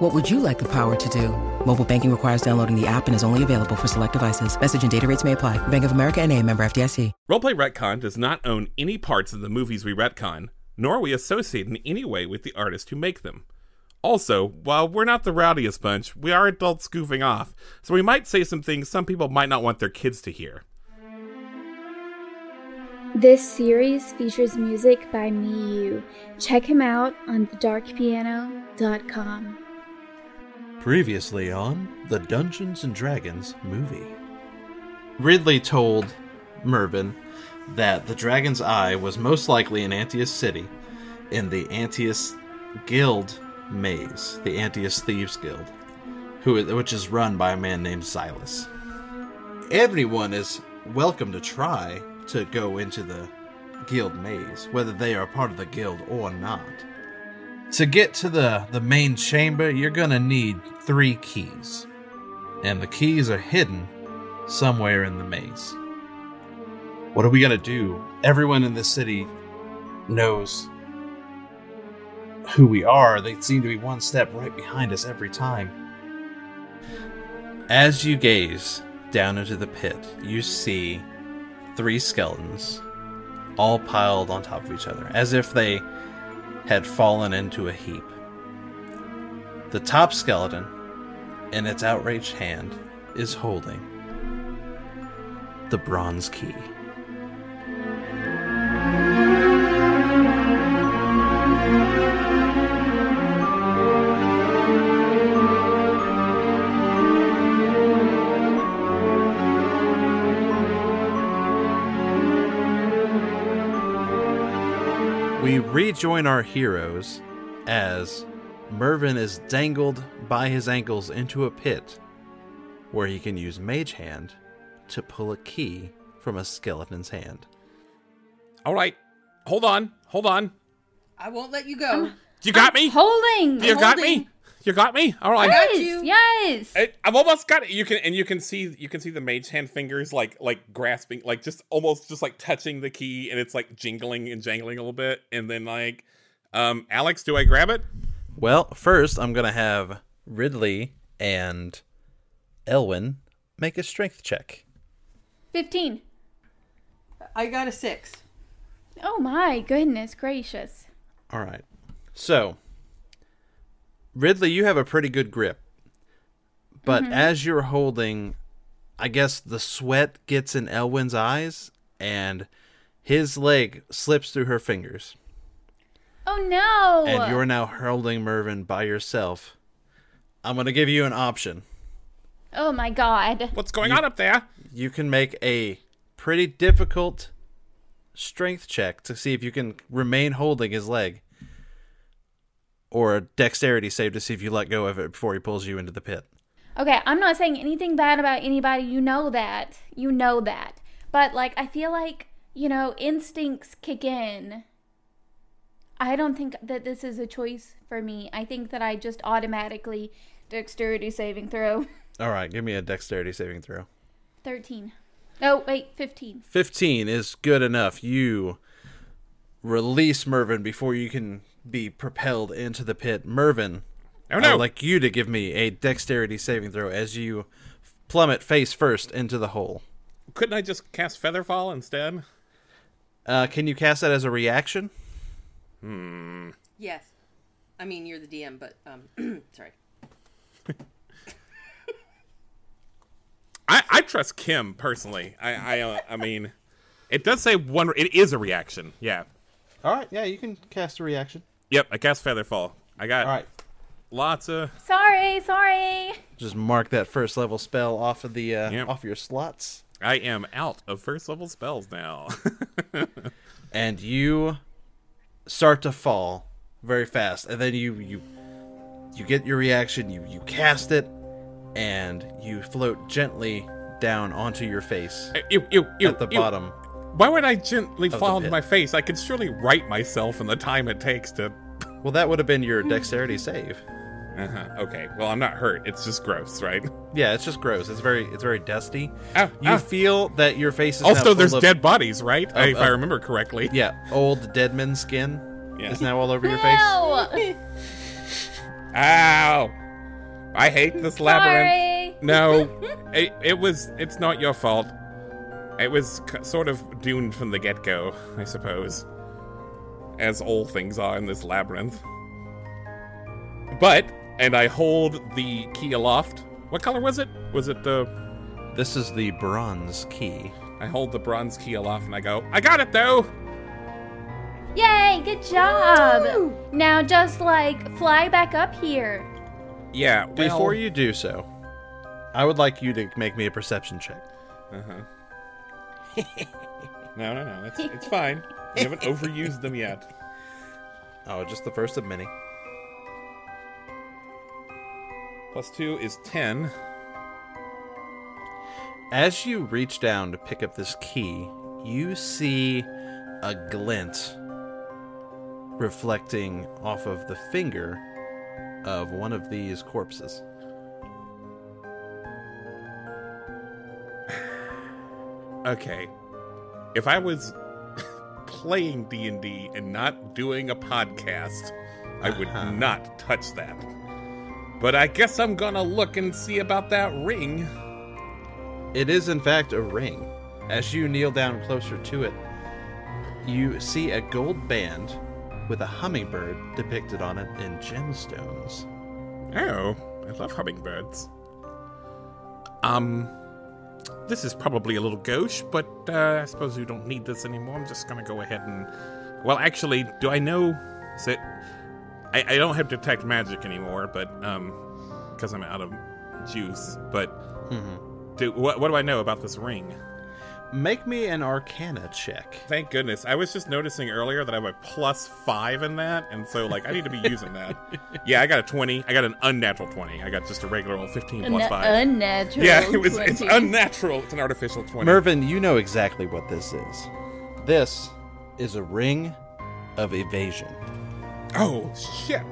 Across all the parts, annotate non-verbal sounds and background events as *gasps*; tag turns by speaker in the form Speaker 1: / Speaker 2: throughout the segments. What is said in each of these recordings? Speaker 1: What would you like the power to do? Mobile banking requires downloading the app and is only available for select devices. Message and data rates may apply. Bank of America and a member FDIC.
Speaker 2: Roleplay Retcon does not own any parts of the movies we retcon, nor are we associate in any way with the artists who make them. Also, while we're not the rowdiest bunch, we are adults goofing off, so we might say some things some people might not want their kids to hear.
Speaker 3: This series features music by Miyu. Check him out on thedarkpiano.com.
Speaker 4: Previously on the Dungeons and Dragons movie.
Speaker 5: Ridley told Mervin that the Dragon's Eye was most likely in Antius City in the Antius Guild maze, the Antius Thieves Guild, who, which is run by a man named Silas. Everyone is welcome to try to go into the guild maze, whether they are part of the guild or not. To get to the, the main chamber, you're going to need three keys. And the keys are hidden somewhere in the maze. What are we going to do? Everyone in the city knows who we are. They seem to be one step right behind us every time.
Speaker 4: As you gaze down into the pit, you see three skeletons all piled on top of each other, as if they had fallen into a heap. The top skeleton, in its outraged hand, is holding the bronze key.
Speaker 5: We rejoin our heroes as Mervin is dangled by his ankles into a pit where he can use Mage Hand to pull a key from a skeleton's hand.
Speaker 2: All right, hold on, hold on.
Speaker 6: I won't let you go.
Speaker 2: You got me?
Speaker 7: Holding.
Speaker 2: You got
Speaker 6: holding.
Speaker 2: me? You got me? All right.
Speaker 6: got
Speaker 7: yes,
Speaker 6: you.
Speaker 7: Yes.
Speaker 2: I, I've almost got it. You can and you can see you can see the mage hand fingers like like grasping like just almost just like touching the key and it's like jingling and jangling a little bit and then like um Alex, do I grab it?
Speaker 4: Well, first I'm gonna have Ridley and Elwin make a strength check.
Speaker 7: 15.
Speaker 6: I got a six.
Speaker 3: Oh my goodness gracious.
Speaker 4: All right. So, Ridley, you have a pretty good grip.
Speaker 5: But as you're holding, I guess the sweat gets in Elwyn's eyes and his leg slips through her fingers.
Speaker 7: Oh no.
Speaker 5: And you're now holding Mervin by yourself. I'm going to give you an option.
Speaker 7: Oh my god.
Speaker 2: What's going on up there?
Speaker 5: You can make a pretty difficult strength check to see if you can remain holding his leg, or a dexterity save to see if you let go of it before he pulls you into the pit.
Speaker 7: Okay, I'm not saying anything bad about anybody. You know that. You know that. But like I feel like, you know, instincts kick in. I don't think that this is a choice for me. I think that I just automatically dexterity saving throw *laughs*
Speaker 5: All right, give me a dexterity saving throw.
Speaker 7: 13. Oh, wait, 15.
Speaker 5: 15 is good enough. You release Mervin before you can be propelled into the pit. Mervin,
Speaker 2: Oh no.
Speaker 5: I'd like you to give me a dexterity saving throw as you plummet face first into the hole.
Speaker 2: Couldn't I just cast Featherfall instead?
Speaker 5: Uh, can you cast that as a reaction?
Speaker 6: Yes. I mean, you're the DM, but um, *clears throat* sorry.
Speaker 2: I, I trust Kim personally. I I, uh, I mean, it does say one. It is a reaction. Yeah.
Speaker 5: All right, yeah, you can cast a reaction.
Speaker 2: Yep. I cast Featherfall. I got
Speaker 5: All right,
Speaker 2: lots of.
Speaker 7: Sorry, sorry.
Speaker 5: just mark that first level spell off of the uh,
Speaker 2: Yep.
Speaker 5: off your slots,
Speaker 2: I am out of first level spells now. *laughs*
Speaker 5: and you start to fall very fast, and then you you you get your reaction, you you cast it, and you float gently down onto your face
Speaker 2: ew, ew, ew,
Speaker 5: at the
Speaker 2: ew.
Speaker 5: bottom
Speaker 2: Why would I gently
Speaker 5: the
Speaker 2: fall into
Speaker 5: pit.
Speaker 2: my face? I could surely right myself in the time it takes to.
Speaker 5: Well, that would have been your dexterity save.
Speaker 2: Uh-huh. Okay. Well, I'm not hurt. It's just gross, right?
Speaker 5: Yeah, *laughs* it's just gross. It's very, it's very dusty.
Speaker 2: Ow,
Speaker 5: you
Speaker 2: ow.
Speaker 5: feel that your face is now
Speaker 2: Ah, also,
Speaker 5: full
Speaker 2: there's
Speaker 5: of- Oh,
Speaker 2: dead bodies, right? if I
Speaker 5: of-
Speaker 2: remember correctly.
Speaker 5: *laughs* Yeah, old dead man skin
Speaker 2: Yeah.
Speaker 5: is now all over your face.
Speaker 7: Ew!
Speaker 2: Ow! I hate this labyrinth.
Speaker 7: Sorry.
Speaker 2: No, it, it was. It's not your fault. It was c- sort of doomed from the get go, I suppose. As all things are in this labyrinth. But, and I hold the key aloft. What color was it? Was it uh, the.
Speaker 5: This is the bronze key.
Speaker 2: I hold the bronze key aloft and I go, I got it though!
Speaker 7: Yay! Good job. Now just like fly back up here.
Speaker 2: Yeah, well,
Speaker 5: Before you do so, I would like you to make me a perception check. *laughs*
Speaker 2: Uh-huh. no, no, no. It's, it's fine. We haven't overused them yet.
Speaker 5: Oh, just the first of many.
Speaker 2: Plus two is ten.
Speaker 5: As you reach down to pick up this key, you see a glint reflecting off of the finger of one of these corpses.
Speaker 2: Okay. If I was *laughs* playing D&D and not doing a podcast, I would
Speaker 5: Uh-huh.
Speaker 2: not touch that. But I guess I'm going to look and see about that ring.
Speaker 5: It is, in fact, a ring. As you kneel down closer to it, you see a gold band with a hummingbird depicted on it in gemstones.
Speaker 2: Oh, I love hummingbirds. Um this is probably a little gauche, but uh, I suppose we don't need this anymore. I'm just gonna go ahead and well actually, do I know is it I, I don't have detect magic anymore, but um because I'm out of juice, but do, what, what do I know about this ring?
Speaker 5: Make me an arcana check.
Speaker 2: Thank goodness. I was just noticing earlier that I have a plus five in that, and so like I need to be using that. Yeah, I got a twenty. I got an unnatural twenty. I got just a regular old fifteen plus
Speaker 7: An-
Speaker 2: five.
Speaker 7: unnatural.
Speaker 2: yeah, *laughs* it was. It's
Speaker 7: 20.
Speaker 2: unnatural. It's an artificial twenty.
Speaker 5: Mervin, you know exactly what this is. This is a ring of evasion.
Speaker 2: oh shit.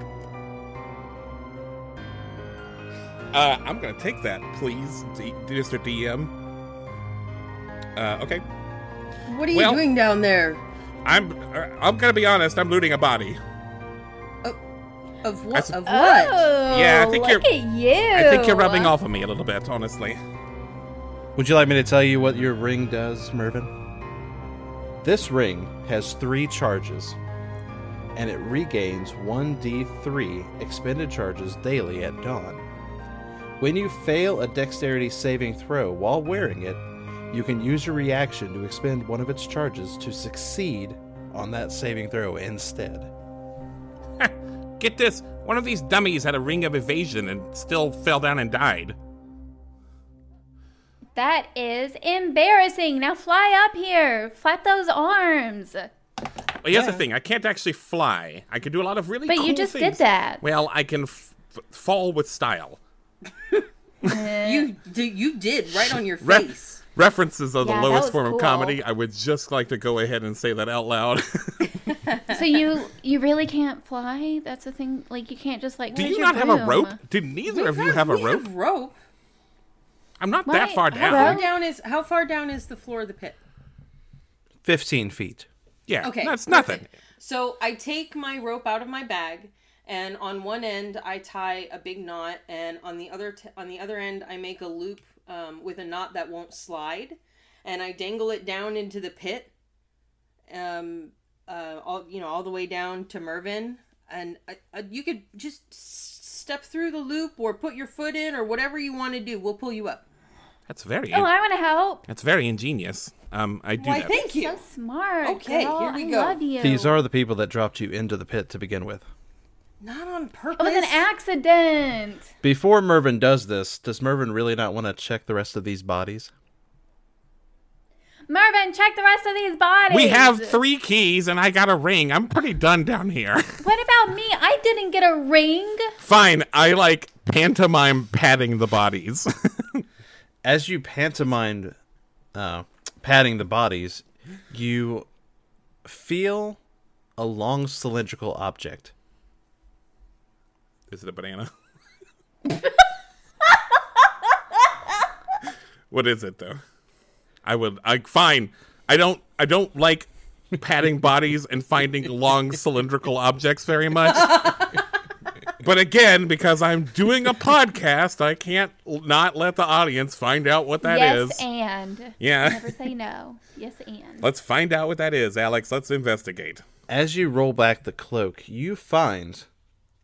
Speaker 2: Uh, I'm gonna take that, please, D- Mr. DM. Uh, okay,
Speaker 6: What are you
Speaker 2: Well-
Speaker 6: doing down there?
Speaker 2: I'm. Uh, I'm gonna be honest. I'm looting a body.
Speaker 6: Oh, Of
Speaker 2: That's-
Speaker 6: what? Of what?
Speaker 7: Oh,
Speaker 2: Yeah, I think
Speaker 7: look
Speaker 2: you're-
Speaker 7: at you.
Speaker 2: I think you're rubbing off on me a little bit, honestly.
Speaker 5: Would you like me to tell you what your ring does, Mervin? This ring has three charges, and it regains 1d3 expended charges daily at dawn. When you fail a dexterity saving throw while wearing it, you can use your reaction to expend one of its charges to succeed on that saving throw instead.
Speaker 2: Get this. One of these dummies had a ring of evasion and still fell down and died.
Speaker 7: That is embarrassing. Now fly up here. Flap those arms.
Speaker 2: Well, here's the thing. I can't actually fly. I can do a lot of really
Speaker 7: But you
Speaker 2: cool
Speaker 7: just did
Speaker 2: things.
Speaker 7: that.
Speaker 2: Well, I can f- f- fall with style.
Speaker 6: You do, you did right on your
Speaker 2: Ref-
Speaker 6: face.
Speaker 2: References are
Speaker 7: Yeah,
Speaker 2: the
Speaker 7: that
Speaker 2: lowest
Speaker 7: was
Speaker 2: form
Speaker 7: cool.
Speaker 2: of comedy. I would just like to go ahead and say that out loud. *laughs*
Speaker 7: So you you really can't fly? That's the thing. Like you can't just like.
Speaker 2: do
Speaker 7: where's
Speaker 2: you
Speaker 7: your
Speaker 2: not have a
Speaker 7: broom?
Speaker 2: rope? Do neither of you have a
Speaker 6: We
Speaker 2: rope?
Speaker 6: rope.
Speaker 2: I'm not
Speaker 7: Why-
Speaker 2: that far
Speaker 7: a
Speaker 2: down.
Speaker 6: How
Speaker 7: rope?
Speaker 6: down is how far down is the floor of the pit?
Speaker 5: 15 feet.
Speaker 2: Yeah,
Speaker 6: Okay,
Speaker 2: that's
Speaker 6: perfect.
Speaker 2: nothing.
Speaker 6: So I take my rope out of my bag, and on one end I tie a big knot, and on the other t- on the other end I make a loop um, with a knot that won't slide, and I dangle it down into the pit, um, uh, all you know, all the way down to Mervin, and I, I, you could just s- step through the loop or put your foot in or whatever you want to do. We'll pull you up.
Speaker 2: That's very.
Speaker 7: Oh, I want to help.
Speaker 2: that's very ingenious. Um, I do
Speaker 6: Why?
Speaker 2: that.
Speaker 6: Thank you.
Speaker 7: So smart.
Speaker 6: Okay,
Speaker 7: girl.
Speaker 6: here we
Speaker 7: I
Speaker 6: go.
Speaker 7: Love you.
Speaker 5: These are the people that dropped you into the pit to begin with.
Speaker 6: Not on
Speaker 7: It
Speaker 6: purpose.
Speaker 7: was an accident.
Speaker 5: Before Mervin does this, does Mervin really not want to check the rest of these bodies?
Speaker 7: Mervin, check the rest of these bodies.
Speaker 2: we have three keys and I got a ring. I'm pretty done down here. *laughs*
Speaker 7: What about me? I didn't get a ring.
Speaker 2: Fine, I like pantomime patting the bodies. *laughs*
Speaker 5: As you pantomime uh, patting the bodies, You feel a long cylindrical object.
Speaker 2: Is it a banana? what is it though? I would I fine. I don't I don't like patting bodies and finding long cylindrical objects very much. But again, because I'm doing a podcast, I can't l- not let the audience find out what that is.
Speaker 7: yes, and
Speaker 2: Yeah.
Speaker 7: never say no. Yes, and
Speaker 2: Let's find out what that is, Alex. Let's investigate.
Speaker 5: As you roll back the cloak, you find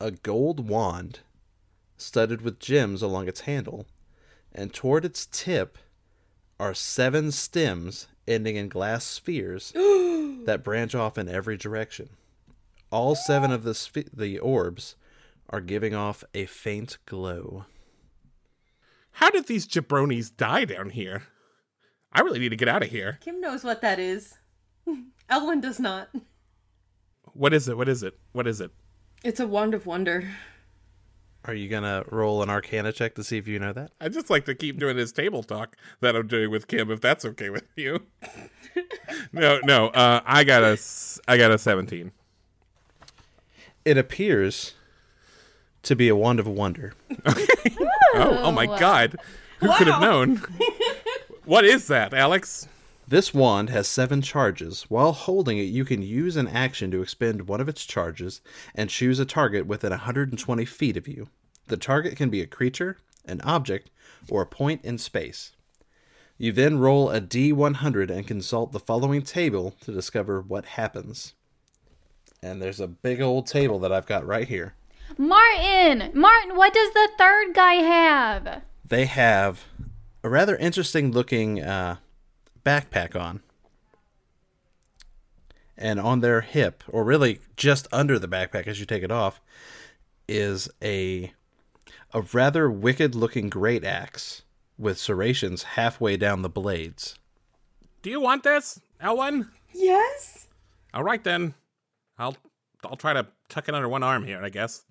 Speaker 5: a gold wand studded with gems along its handle, and toward its tip are seven stems ending in glass spheres that branch off in every direction. All seven of the, sphe the orbs are giving off a faint glow.
Speaker 2: How did these jabronis die down here? I really need to get out of here.
Speaker 6: Kim knows what that is. *laughs* Elwyn does not.
Speaker 2: What is it? What is it? What is it?
Speaker 6: It's a wand of wonder.
Speaker 5: Are you going to roll an arcana check to see if you know that?
Speaker 2: I just like to keep doing this table talk that I'm doing with Kim, if that's okay with you. *laughs* no, no. Uh, I got a, s- I got a 17.
Speaker 5: It appears to be a wand of wonder.
Speaker 2: Oh, oh my God! Who could have known? what is that, Alex?
Speaker 5: This wand has seven charges. While holding it, you can use an action to expend one of its charges and choose a target within 120 feet of you. The target can be a creature, an object, or a point in space. You then roll a d100 and consult the following table to discover what happens. And there's a big old table that I've got right here.
Speaker 7: Martin, Martin, what does the third guy have?
Speaker 5: They have a rather interesting looking uh, backpack on. And on their hip, or really just under the backpack as you take it off, is a a rather wicked looking great axe with serrations halfway down the blades.
Speaker 2: Do you want this, Ellen?
Speaker 6: Yes.
Speaker 2: All right then. I'll, I'll try to tuck it under one arm here, I guess.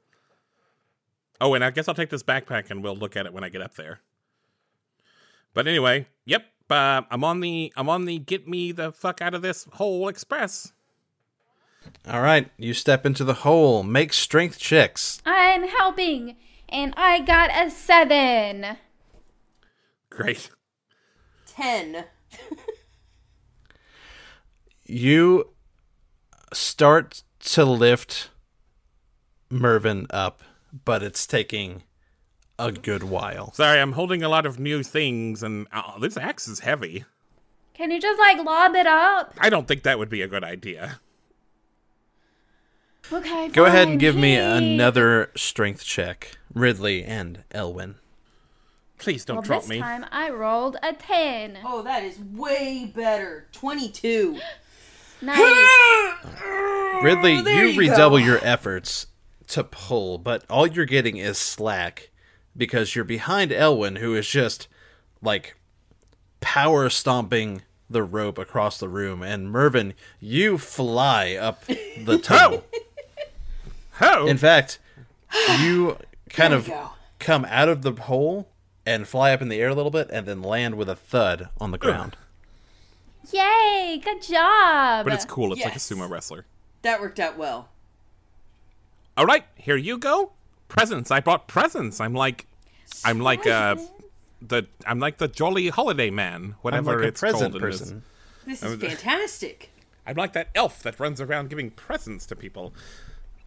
Speaker 2: Oh, and I guess I'll take this backpack and we'll look at it when I get up there. But anyway, yep. Uh, I'm on the, I'm on the get me the fuck out of this hole express.
Speaker 5: All right, you step into the hole, make strength checks.
Speaker 7: I'm helping, and I got a seven.
Speaker 2: Great. *laughs*
Speaker 6: Ten.
Speaker 5: You start to lift Mervin up, but it's taking a good while.
Speaker 2: Sorry, I'm holding a lot of new things, and uh, this axe is heavy.
Speaker 7: Can you just like lob it up?
Speaker 2: I don't think that would be a good idea.
Speaker 7: Okay.
Speaker 5: Go ahead and
Speaker 7: fine,
Speaker 5: give me
Speaker 7: hey.
Speaker 5: another strength check, Ridley and Elwin.
Speaker 2: Please don't
Speaker 7: Well,
Speaker 2: drop
Speaker 7: this
Speaker 2: me.
Speaker 7: time I rolled a ten.
Speaker 6: Oh, that is way better. Twenty-two.
Speaker 7: Nice.
Speaker 5: Ridley,
Speaker 6: Oh, there
Speaker 5: you,
Speaker 6: you
Speaker 5: redouble
Speaker 6: go.
Speaker 5: your efforts to pull, but all you're getting is slack because you're behind Elwin, who is just like power stomping the rope across the room, and Mervin, you fly up
Speaker 6: *laughs*
Speaker 5: the tunnel.
Speaker 2: Ho!
Speaker 5: In fact,
Speaker 6: *gasps*
Speaker 5: you kind of
Speaker 6: Oh. go.
Speaker 5: come out of the hole and fly up in the air a little bit, and then land with a thud on the ground.
Speaker 7: Yay! Good job.
Speaker 2: but it's cool. It's like a
Speaker 6: Yes.
Speaker 2: sumo wrestler.
Speaker 6: That worked out well.
Speaker 2: All right, here you go. Presents. I brought presents. I'm like, I'm like uh, the I'm like the jolly holiday man.
Speaker 5: I'm
Speaker 2: Whatever
Speaker 5: like a
Speaker 2: it's called.
Speaker 5: present
Speaker 2: in this.
Speaker 5: person.
Speaker 6: This is fantastic.
Speaker 2: I'm like that elf that runs around giving presents to people.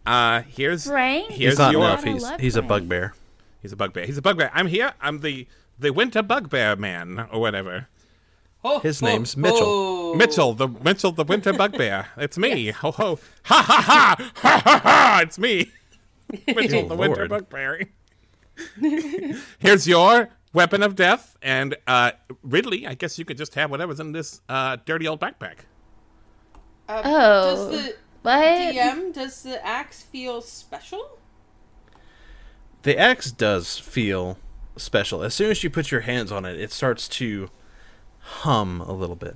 Speaker 2: Uh, here's
Speaker 7: Frank?
Speaker 2: here's
Speaker 5: he's not
Speaker 2: your
Speaker 5: enough.
Speaker 7: I
Speaker 5: He's
Speaker 7: love
Speaker 5: he's a
Speaker 7: Frank.
Speaker 5: bugbear.
Speaker 2: He's a bugbear. He's a bugbear. I'm here. I'm the the winter bugbear man or whatever.
Speaker 6: Oh,
Speaker 5: His name's Mitchell.
Speaker 2: Mitchell, the Mitchell, the winter bugbear. It's me. Ho ho. Ha ha ha. Ha ha ha. It's me. Mitchell,
Speaker 5: Oh,
Speaker 2: the winter
Speaker 5: Lord.
Speaker 2: bugbear. *laughs* Here's your weapon of death, and uh, Ridley. I guess you could just have whatever's in this uh, dirty old backpack.
Speaker 7: Oh.
Speaker 6: Uh, Does the
Speaker 7: what?
Speaker 6: DM does the axe feel special? *gasps*
Speaker 5: The axe does feel special. As soon as you put your hands on it, it starts to hum a little bit.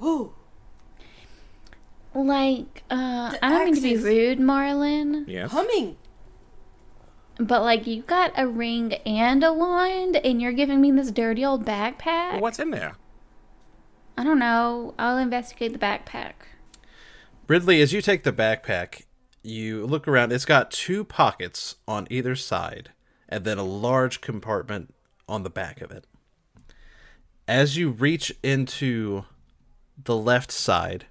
Speaker 6: Oh,
Speaker 7: Like, uh, I don't mean to be
Speaker 6: axes.
Speaker 7: rude, Marlin,
Speaker 2: Yes.
Speaker 6: humming.
Speaker 7: but like, you got a ring and a wand, and you're giving me this dirty old backpack.
Speaker 2: What's in there?
Speaker 7: I don't know. I'll investigate the backpack.
Speaker 5: Ridley, as you take the backpack, you look around. It's got two pockets on either side, and then a large compartment on the back of it. As you reach into the left side,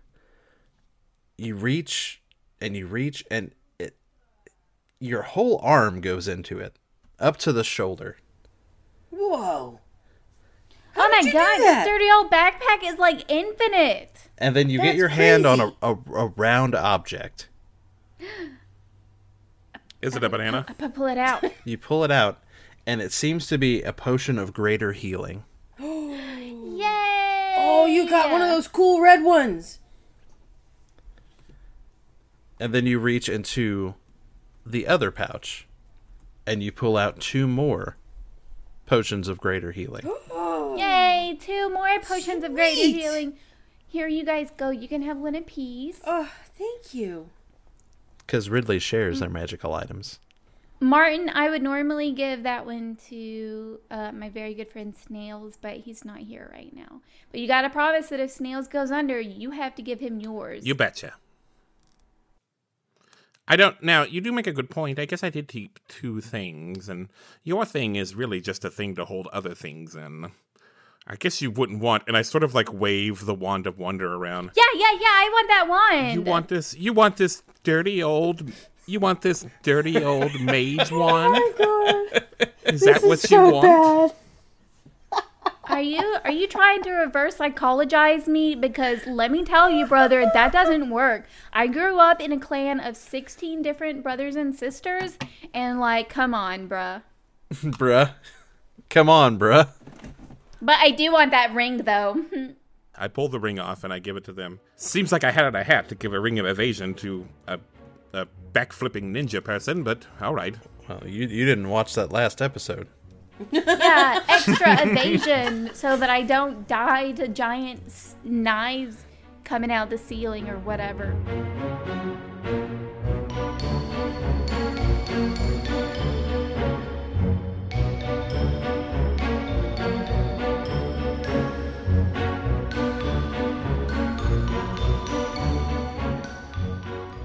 Speaker 5: you reach and you reach, and it, your whole arm goes into it, up to the shoulder.
Speaker 6: Whoa.
Speaker 7: oh my
Speaker 6: did you do
Speaker 7: god,
Speaker 6: that?
Speaker 7: this dirty old backpack is like infinite.
Speaker 5: And then you get
Speaker 6: That's
Speaker 5: your hand on a, a, a round object.
Speaker 2: Is it a banana?
Speaker 7: I pull
Speaker 6: *laughs*
Speaker 7: it out.
Speaker 5: You pull it out, and it seems to be a potion of greater healing.
Speaker 7: Yay!
Speaker 6: Oh, you got one of those cool red ones. *gasps*
Speaker 5: And then you reach into the other pouch and you pull out two more potions of greater healing.
Speaker 6: Oh.
Speaker 7: Yay! Two more potions of greater
Speaker 6: Sweet.
Speaker 7: healing. Here you guys go. You can have one apiece.
Speaker 6: Oh, thank you.
Speaker 5: Because Ridley shares their magical items.
Speaker 7: Martin, I would normally give that one to uh, my very good friend Snails, but he's not here right now. But you gotta promise that if Snails goes under, you have to give him yours.
Speaker 2: You betcha. I don't. Now, you do make a good point. I guess I did keep two things, and your thing is really just a thing to hold other things in. I guess you wouldn't want. And I sort of like wave the wand of wonder around.
Speaker 7: yeah, yeah, yeah. I want that one.
Speaker 2: You want this? You want this dirty old? You want this dirty old mage wand? Is that what you want?
Speaker 7: Are you are you trying to reverse psychologize me? Because let me tell you, brother, that doesn't work. I grew up in a clan of sixteen different brothers and sisters, and like, come on, bruh.
Speaker 5: *laughs* bruh. Come on, bruh.
Speaker 7: But I do want that ring though.
Speaker 2: I pull the ring off and I give it to them. Seems like I had it a hat to give a ring of evasion to a, a backflipping ninja person, but all right.
Speaker 5: Well, you, you didn't watch that last episode.
Speaker 7: yeah, uh,
Speaker 5: *laughs*
Speaker 7: extra evasion so that I don't die to giant s- knives coming out the ceiling or whatever.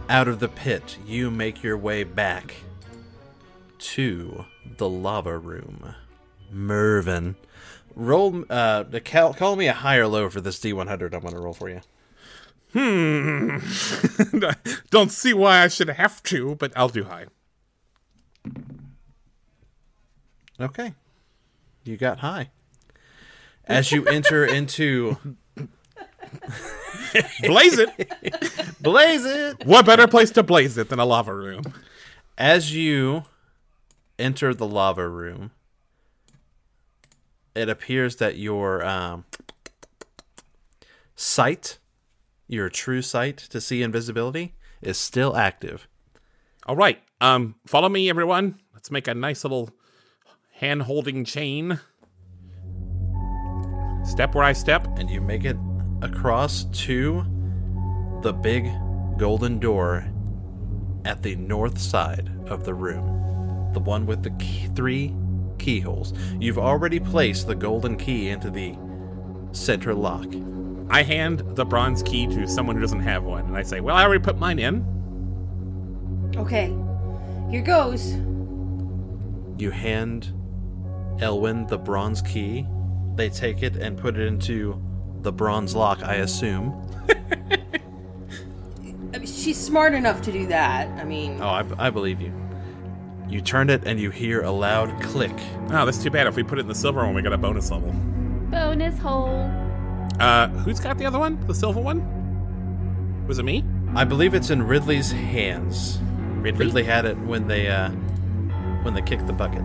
Speaker 5: Out of the pit, you make your way back to the lava room. Mervin. Roll, uh, cal- call me a high or low for this D100 I'm going to roll for you.
Speaker 2: Hmm. *laughs* Don't see why I should have to, but I'll do high.
Speaker 5: Okay. You got high. As you enter into
Speaker 2: Blaze it!
Speaker 5: Blaze it.
Speaker 2: What better place to blaze it than a lava room?
Speaker 5: As you enter the lava room, it appears that your um, sight, your true sight to see invisibility, is still active.
Speaker 2: All right. Um, follow me, everyone. Let's make a nice little hand holding chain. Step where I step.
Speaker 5: and you make it across to the big golden door at the north side of the room, the one with the key, three keyholes. You've already placed the golden key into the center lock.
Speaker 2: I hand the bronze key to someone who doesn't have one, and I say, Well, I already put mine in.
Speaker 6: Okay. Here goes.
Speaker 5: You hand Elwyn the bronze key. They take it and put it into the bronze lock, I assume.
Speaker 6: I mean, she's smart enough to do that. I mean,
Speaker 5: Oh, I, I believe you. You turn it and you hear a loud click.
Speaker 2: Oh, that's too bad. If we put it in the silver one, we got a bonus level.
Speaker 7: Bonus hole.
Speaker 2: Uh, who's got the other one? The silver one? Was it me?
Speaker 5: I believe it's in Ridley's hands.
Speaker 2: Ridley?
Speaker 5: Ridley had it when they uh, when they kicked the bucket.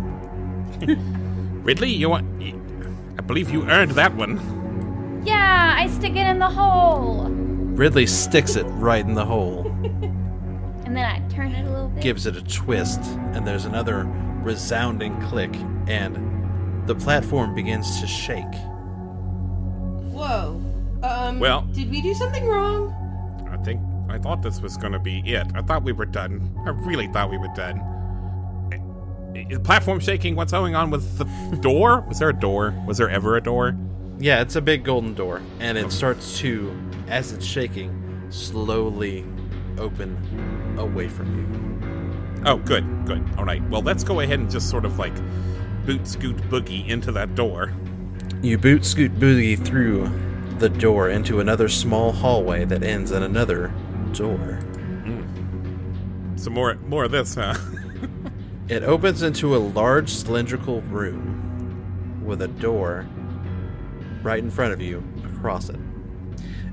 Speaker 2: Ridley, you want? I believe you earned that one.
Speaker 7: Yeah, I stick it in the hole,
Speaker 5: Ridley sticks it right in the hole,
Speaker 7: and then I turn it a little bit.
Speaker 5: gives it a twist, and there's another resounding click, and the platform begins to shake.
Speaker 6: whoa. Um,
Speaker 2: Well-
Speaker 6: did we do something wrong?
Speaker 2: I think I thought this was gonna be it. I thought we were done. I really thought we were done. *laughs* I- Is platform shaking? What's going on with the door? Was there a door? Was there ever a door?
Speaker 5: Yeah, it's a big golden door, and it starts to, as it's shaking, slowly open away from
Speaker 2: Oh, good, good. All right. Well, let's go ahead and just sort of like boot scoot boogie into that door.
Speaker 5: you. You boot scoot boogie through the door into another small hallway that ends in another door.
Speaker 2: Some more, more of this, huh? *laughs*
Speaker 5: It opens into a large cylindrical room with a door right in front of you across it.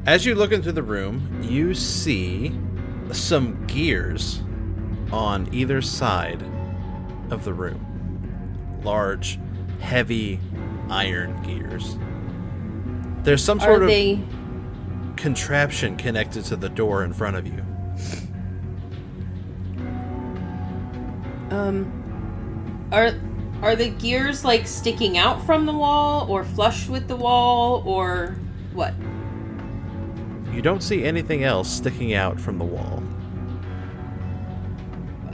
Speaker 5: As you look into the room, you see some gears on either side of the room. Large, heavy iron gears. There's some sort
Speaker 6: Are
Speaker 5: of
Speaker 6: they
Speaker 5: contraption connected to the door in front of you.
Speaker 6: um are are the gears like sticking out from the wall or flush with the wall or what?
Speaker 5: You don't see anything else sticking out from the wall.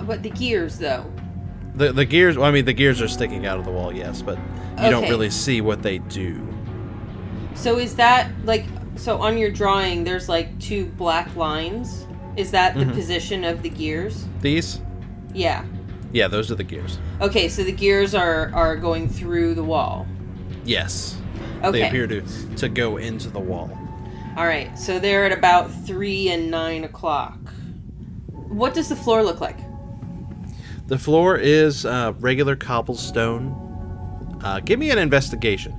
Speaker 6: But the gears though.
Speaker 5: The the gears. Well, I mean, the gears are sticking out of the wall, yes, but you don't
Speaker 6: Okay.
Speaker 5: really see what they do.
Speaker 6: So is that like so on your drawing there's like two black lines? Is that the position of the gears?
Speaker 5: These,
Speaker 6: Yeah.
Speaker 5: yeah, those are the gears.
Speaker 6: Okay, so the gears are are going through the wall.
Speaker 5: Yes, they
Speaker 6: Okay.
Speaker 5: appear to to go into the wall.
Speaker 6: All right. So they're at about three and nine o'clock. What does the floor look like?
Speaker 5: The floor is uh, regular cobblestone. Uh, give me an investigation.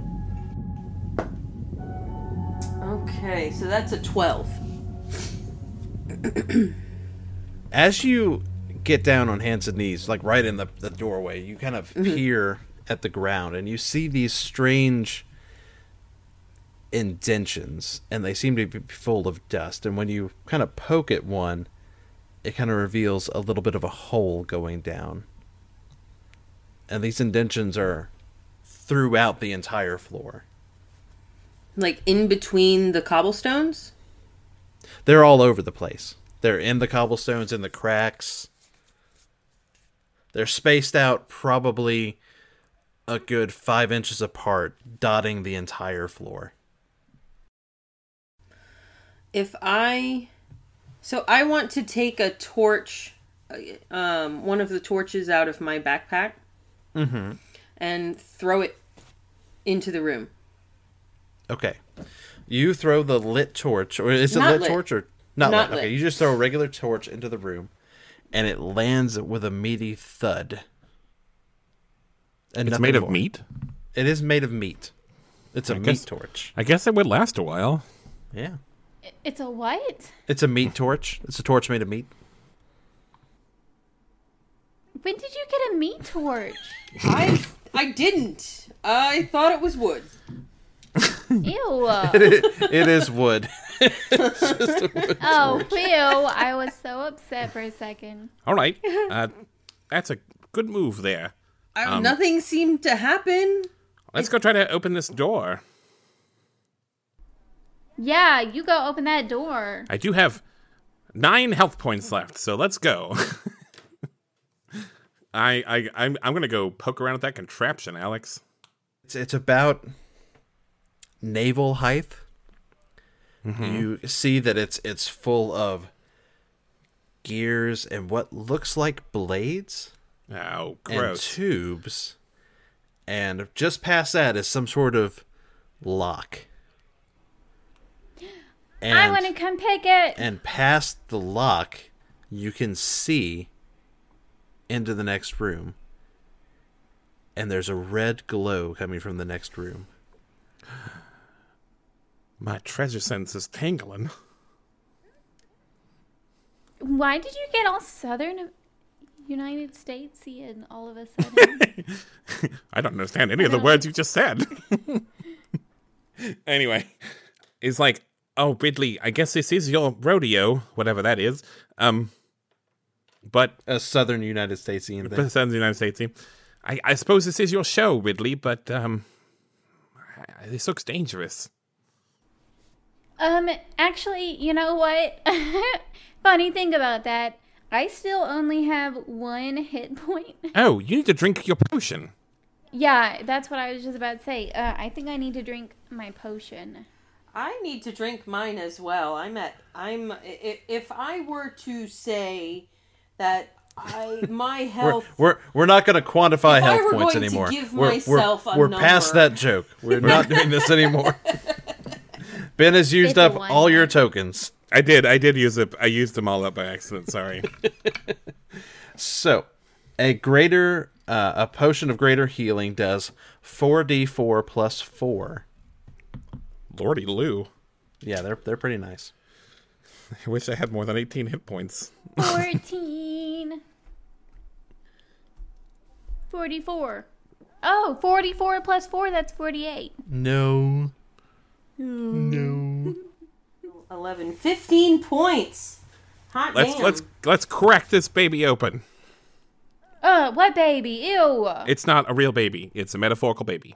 Speaker 6: Okay, so that's a twelve.
Speaker 5: As you get down on hands and knees, like right in the, the doorway, you kind of peer at the ground and you see these strange indentions, and they seem to be full of dust. And when you kind of poke at one, it kind of reveals a little bit of a hole going down. And these indentions are throughout the entire floor.
Speaker 6: Like in between the cobblestones.
Speaker 5: They're all over the place. They're in the cobblestones, in the cracks. They're spaced out probably a good five inches apart, dotting the entire floor.
Speaker 6: If I, so I want to take a torch, uh, um, one of the torches out of my backpack,
Speaker 5: Mm-hmm.
Speaker 6: and throw it into the room.
Speaker 5: Okay. You throw the lit torch, or is it
Speaker 6: Not
Speaker 5: lit,
Speaker 6: lit.
Speaker 5: torch or not,
Speaker 6: Not
Speaker 5: lit? Okay,
Speaker 6: lit.
Speaker 5: you just throw a regular torch into the room, and it lands with a meaty thud. And
Speaker 2: It's
Speaker 5: nothing
Speaker 2: made of
Speaker 5: more.
Speaker 2: meat.
Speaker 5: It is made of meat. It's a
Speaker 2: I
Speaker 5: meat
Speaker 2: guess-
Speaker 5: torch.
Speaker 2: I guess it would last a while.
Speaker 5: Yeah,
Speaker 7: It's a what?
Speaker 5: it's a meat torch. It's a torch made of meat.
Speaker 7: When did you get a
Speaker 5: *laughs*
Speaker 7: meat torch?
Speaker 6: I, I didn't. I thought it was wood.
Speaker 7: Ew.
Speaker 5: *laughs* it is wood.
Speaker 7: oh, ew. I was so upset for a second.
Speaker 2: All right. Uh, that's a good move there.
Speaker 6: I,
Speaker 5: Um.
Speaker 6: nothing seemed to happen.
Speaker 2: Let's go try to open this door.
Speaker 7: Yeah, you go open that door.
Speaker 2: I do have nine health points left, so let's go. *laughs* I, I I'm I'm gonna go poke around at that contraption, Alex.
Speaker 5: It's, it's about naval height. You see that it's it's full of gears and what looks like blades
Speaker 2: Oh,
Speaker 5: and
Speaker 2: gross.
Speaker 5: tubes, and just past that is some sort of lock. And,
Speaker 7: I want to come pick it.
Speaker 5: and past the lock, you can see into the next room. And there's a red glow coming from the next room.
Speaker 2: My treasure sense is tingling.
Speaker 7: Why did you get all Southern United Statesy and
Speaker 5: *laughs*
Speaker 7: all of a sudden?
Speaker 2: I don't understand any of the
Speaker 7: don't-
Speaker 2: words you just said. *laughs* anyway, it's like, oh, Ridley, I guess this is your rodeo, whatever that is. Um, but
Speaker 5: A southern United States Ian thing.
Speaker 2: besides the United States team, I, I suppose this is your show, Ridley. But um, I- I- this looks dangerous.
Speaker 7: um, actually, you know what? *laughs* Funny thing about that, I still only have one hit point. *laughs*
Speaker 2: Oh, you need to drink your potion.
Speaker 7: yeah, that's what I was just about to say. Uh, I think I need to drink my
Speaker 2: *laughs*
Speaker 7: potion.
Speaker 6: I need to drink mine as well. I'm at. I'm. i- i- If I were to say that I my
Speaker 5: We're,
Speaker 6: health.
Speaker 5: we're, we're not going to quantify
Speaker 6: If I
Speaker 5: health
Speaker 6: were
Speaker 5: points
Speaker 6: going to
Speaker 5: anymore.
Speaker 6: give
Speaker 5: we're
Speaker 6: myself a
Speaker 5: we're, we're past
Speaker 6: number.
Speaker 5: that joke.
Speaker 6: *laughs*
Speaker 5: We're not doing this anymore. ben has used up
Speaker 7: 51.
Speaker 5: all your tokens.
Speaker 2: I did. I did use it. I used them all up by accident. Sorry.
Speaker 5: So, a greater uh, a potion of greater healing does 4d4 plus 4.
Speaker 2: *laughs* Lordy Lou.
Speaker 5: Yeah, they're they're pretty nice.
Speaker 2: I wish I had more than 18 hit points.
Speaker 7: 14. 44. Oh, 44 plus 4, that's 48.
Speaker 5: No.
Speaker 6: 11 15 points hot
Speaker 2: Let's
Speaker 6: damn
Speaker 2: let's let's crack this baby open.
Speaker 7: Uh, what baby? Ew.
Speaker 2: It's not a real baby. It's a metaphorical baby.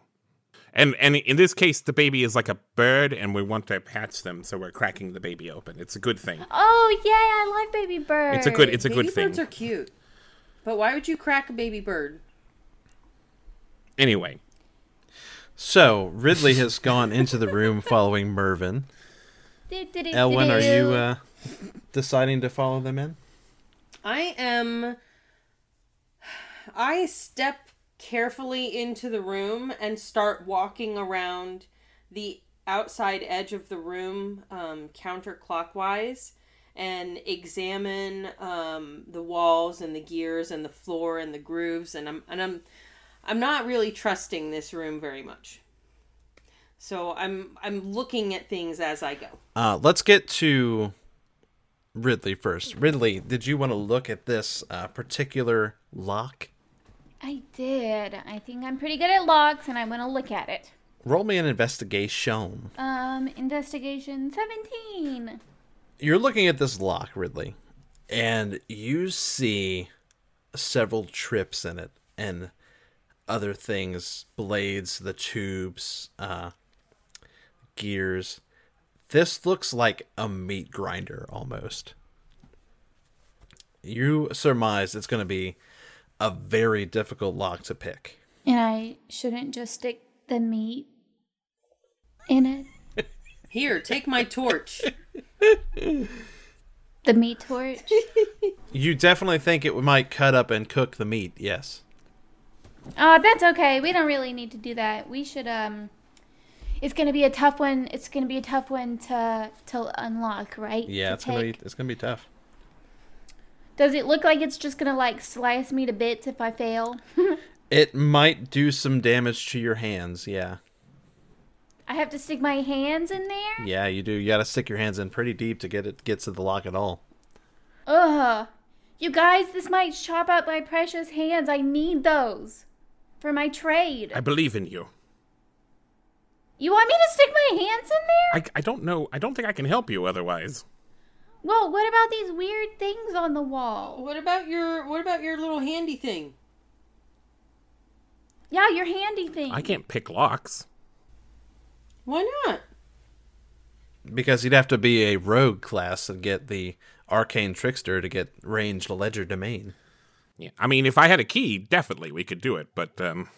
Speaker 2: And and in this case, the baby is like a bird, and we want to hatch them, so we're cracking the baby open. It's a good thing.
Speaker 7: oh, yeah, I like baby bird.
Speaker 2: It's a good. It's a
Speaker 6: baby
Speaker 2: good thing.
Speaker 6: birds are cute but why would you crack a baby bird
Speaker 2: Anyway,
Speaker 5: So, Ridley has gone into the room following Mervin. Elwyn, are you uh, deciding to follow them in?
Speaker 6: i am i step carefully into the room and start walking around the outside edge of the room um, counterclockwise and examine um, the walls and the gears and the floor and the grooves and I'm and I'm I'm not really trusting this room very much. So I'm I'm looking at things as I go.
Speaker 5: Uh, let's get to Ridley first. Ridley, did you want to look at this uh, particular lock?
Speaker 7: I did. I think I'm pretty good at locks, and I'm going to look at it.
Speaker 5: Roll me an investigation.
Speaker 7: Um, investigation 17.
Speaker 5: You're looking at this lock, Ridley, and you see several trips in it and other things blades, the tubes, uh, gears. This looks like a meat grinder almost. You surmise it's going to be a very difficult lock to pick.
Speaker 7: And I shouldn't just stick the meat in it.
Speaker 6: Here, take my torch.
Speaker 7: The meat torch.
Speaker 5: You definitely think it might cut up and cook the meat, yes.
Speaker 7: *laughs* Oh, that's okay. We don't really need to do that. We should um it's going to be a tough one. It's going to be a tough one to to unlock, right?
Speaker 5: Yeah,
Speaker 7: To
Speaker 5: it's going to
Speaker 7: take.
Speaker 5: be it's going to be tough.
Speaker 7: Does it look like it's just going to like slice me to bits if I fail?
Speaker 5: It might do some damage to your hands, yeah.
Speaker 7: I have to stick my hands in there?
Speaker 5: Yeah, you do. You gotta stick your hands in pretty deep to get it get to the lock at all.
Speaker 7: Ugh. You guys, this might chop up my precious hands. I need those for my trade.
Speaker 2: I believe in you.
Speaker 7: You want me to stick my hands in there?
Speaker 2: I I don't know. I don't think I can help you otherwise.
Speaker 7: Well, what about these weird things on the wall?
Speaker 6: What about your what about your little handy thing?
Speaker 7: Yeah, your handy thing.
Speaker 2: I can't pick locks.
Speaker 6: Why not?
Speaker 5: Because you'd have to be a rogue class and get the arcane trickster to get ranged ledger domain.
Speaker 2: Yeah, I mean, if I had a key, definitely we could do it. But um,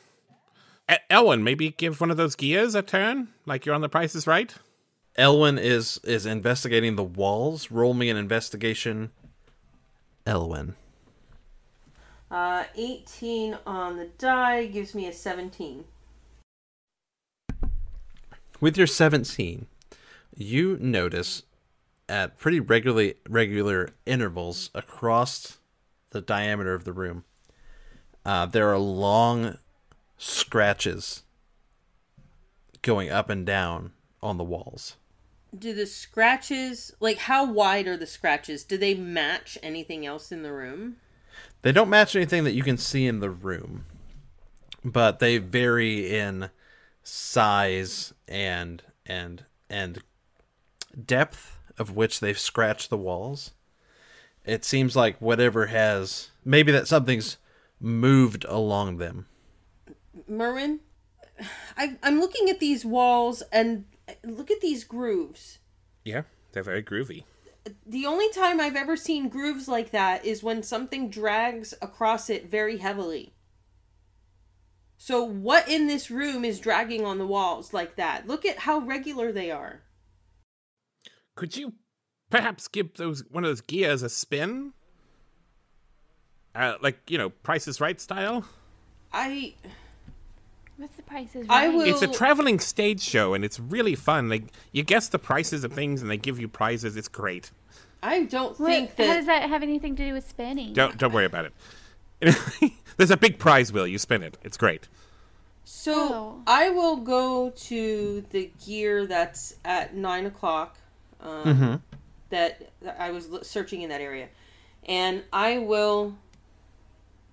Speaker 2: E- Ellen, maybe give one of those gears a turn, like you're on The Price is Right.
Speaker 5: Elwyn is is investigating the walls. Roll me an investigation. Elwyn.
Speaker 6: Uh, 18 on the die gives me a 17.
Speaker 5: With your 17, you notice at pretty regularly regular intervals across the diameter of the room, uh, there are long scratches going up and down on the walls.
Speaker 6: Do the scratches like how wide are the scratches? Do they match anything else in the room?
Speaker 5: They don't match anything that you can see in the room, but they vary in size and and and depth of which they've scratched the walls. It seems like whatever has maybe that something's moved along them.
Speaker 6: Merwin, *sighs* I, I'm looking at these walls and uh, look at these grooves.
Speaker 2: Yeah, they're very groovy.
Speaker 6: The only time I've ever seen grooves like that is when something drags across it very heavily. So what in this room is dragging on the walls like that? Look at how regular they are.
Speaker 2: Could you perhaps give those one of those gears a spin? Uh, like you know, Price is Right style.
Speaker 6: I
Speaker 7: What's the prices?
Speaker 6: I
Speaker 7: right?
Speaker 6: will-
Speaker 2: It's a
Speaker 6: Well-
Speaker 2: traveling stage show, and it's really fun. Like you guess the prices of things, and they give you prizes. It's great.
Speaker 6: I don't
Speaker 7: What-
Speaker 6: think
Speaker 7: how does
Speaker 6: that
Speaker 7: that have anything to do with spinning?
Speaker 2: Don't don't worry about it. *laughs* There's a big prize wheel. You spin it. It's great.
Speaker 6: So
Speaker 7: Oh.
Speaker 6: I will go to the gear that's at nine o'clock. Um, that, that I was l- searching in that area, and I will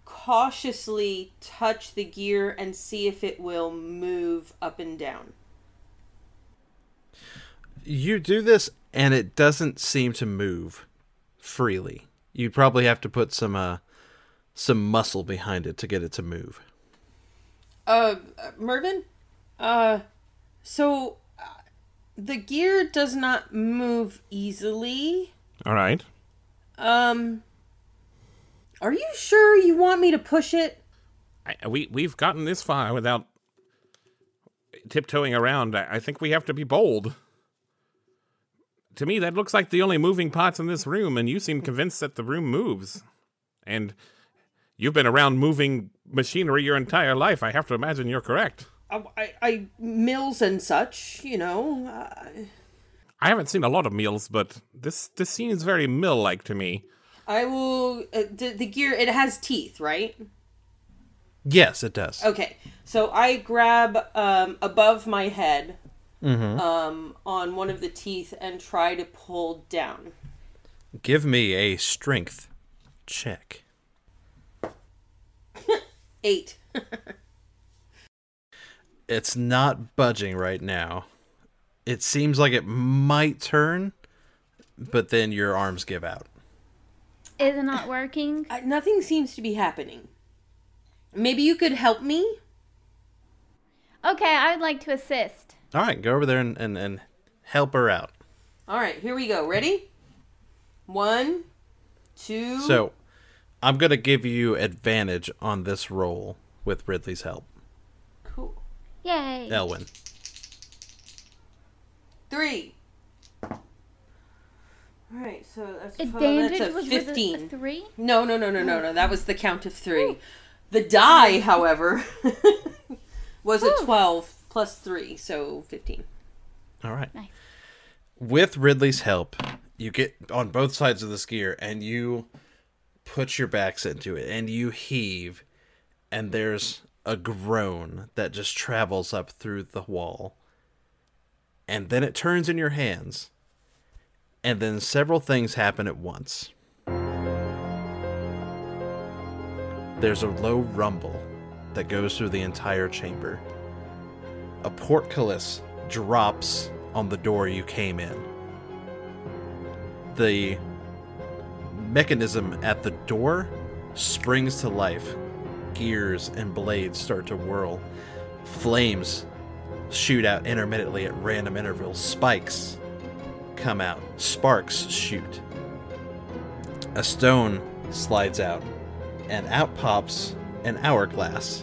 Speaker 6: cautiously touch the gear and see if it will move up and down.
Speaker 5: You do this, and it doesn't seem to move freely. You'd probably have to put some uh, some muscle behind it to get it to move.
Speaker 6: Uh, Mervin, uh, so uh, the gear does not move easily.
Speaker 2: All right.
Speaker 6: Um, are you sure you want me to push it?
Speaker 2: I, we we've gotten this far without tiptoeing around. I, I think we have to be bold. To me, that looks like the only moving parts in this room, and you seem convinced that the room moves. And you've been around moving machinery your entire life. I have to imagine you're correct.
Speaker 6: I, I, I mills and such, you know. I,
Speaker 2: I haven't seen a lot of meals, but this this seems very mill-like to me.
Speaker 6: I will. Uh, the, the gear it has teeth, right?
Speaker 5: Yes, it does.
Speaker 6: Okay, so I grab um, above my head um, on one of the teeth and try to pull down.
Speaker 5: Give me a strength check.
Speaker 6: Eight.
Speaker 5: It's not budging right now. It seems like it might turn, but then your arms give out.
Speaker 7: Is it not working?
Speaker 6: I, Uh, nothing seems to be happening. Maybe you could help me.
Speaker 7: Okay, I would like to assist.
Speaker 5: All right, go over there and, and, and help her out.
Speaker 6: All right, here we go. Ready? One, two.
Speaker 5: So I'm going to give you advantage on this roll with Ridley's help.
Speaker 6: cool.
Speaker 7: Yay.
Speaker 5: Elwin.
Speaker 6: Three. All right, so that's, twelve,
Speaker 7: Advantage
Speaker 6: that's a
Speaker 7: was
Speaker 6: fifteen.
Speaker 7: with a, a three. Oh.
Speaker 6: No, no, no, no, no, no. That was the count of three. The die, however, *laughs* was
Speaker 7: Oh.
Speaker 6: a 12 plus three, so 15.
Speaker 5: All right.
Speaker 7: Nice.
Speaker 5: With Ridley's help, you get on both sides of this gear and you put your backs into it and you heave, and there's a groan that just travels up through the wall. And then it turns in your hands. And then several things happen at once. There's a low rumble that goes through the entire chamber a portcullis drops on the door you came in. The mechanism at the door springs to life. Gears and blades start to whirl. Flames shoot out intermittently at random intervals. Spikes come out. Sparks shoot. A stone slides out, and out pops an hourglass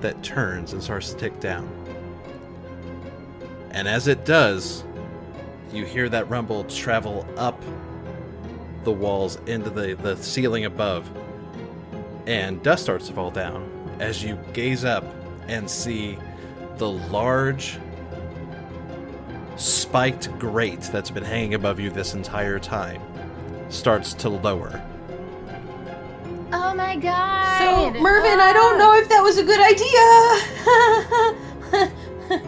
Speaker 5: that turns and starts to tick down. And as it does, you hear that rumble travel up the walls into the, the ceiling above, and dust starts to fall down as you gaze up and see the large spiked grate that's been hanging above you this entire time starts to lower.
Speaker 7: Oh my god.
Speaker 6: So, Mervin, I don't know if that was a good idea. *laughs*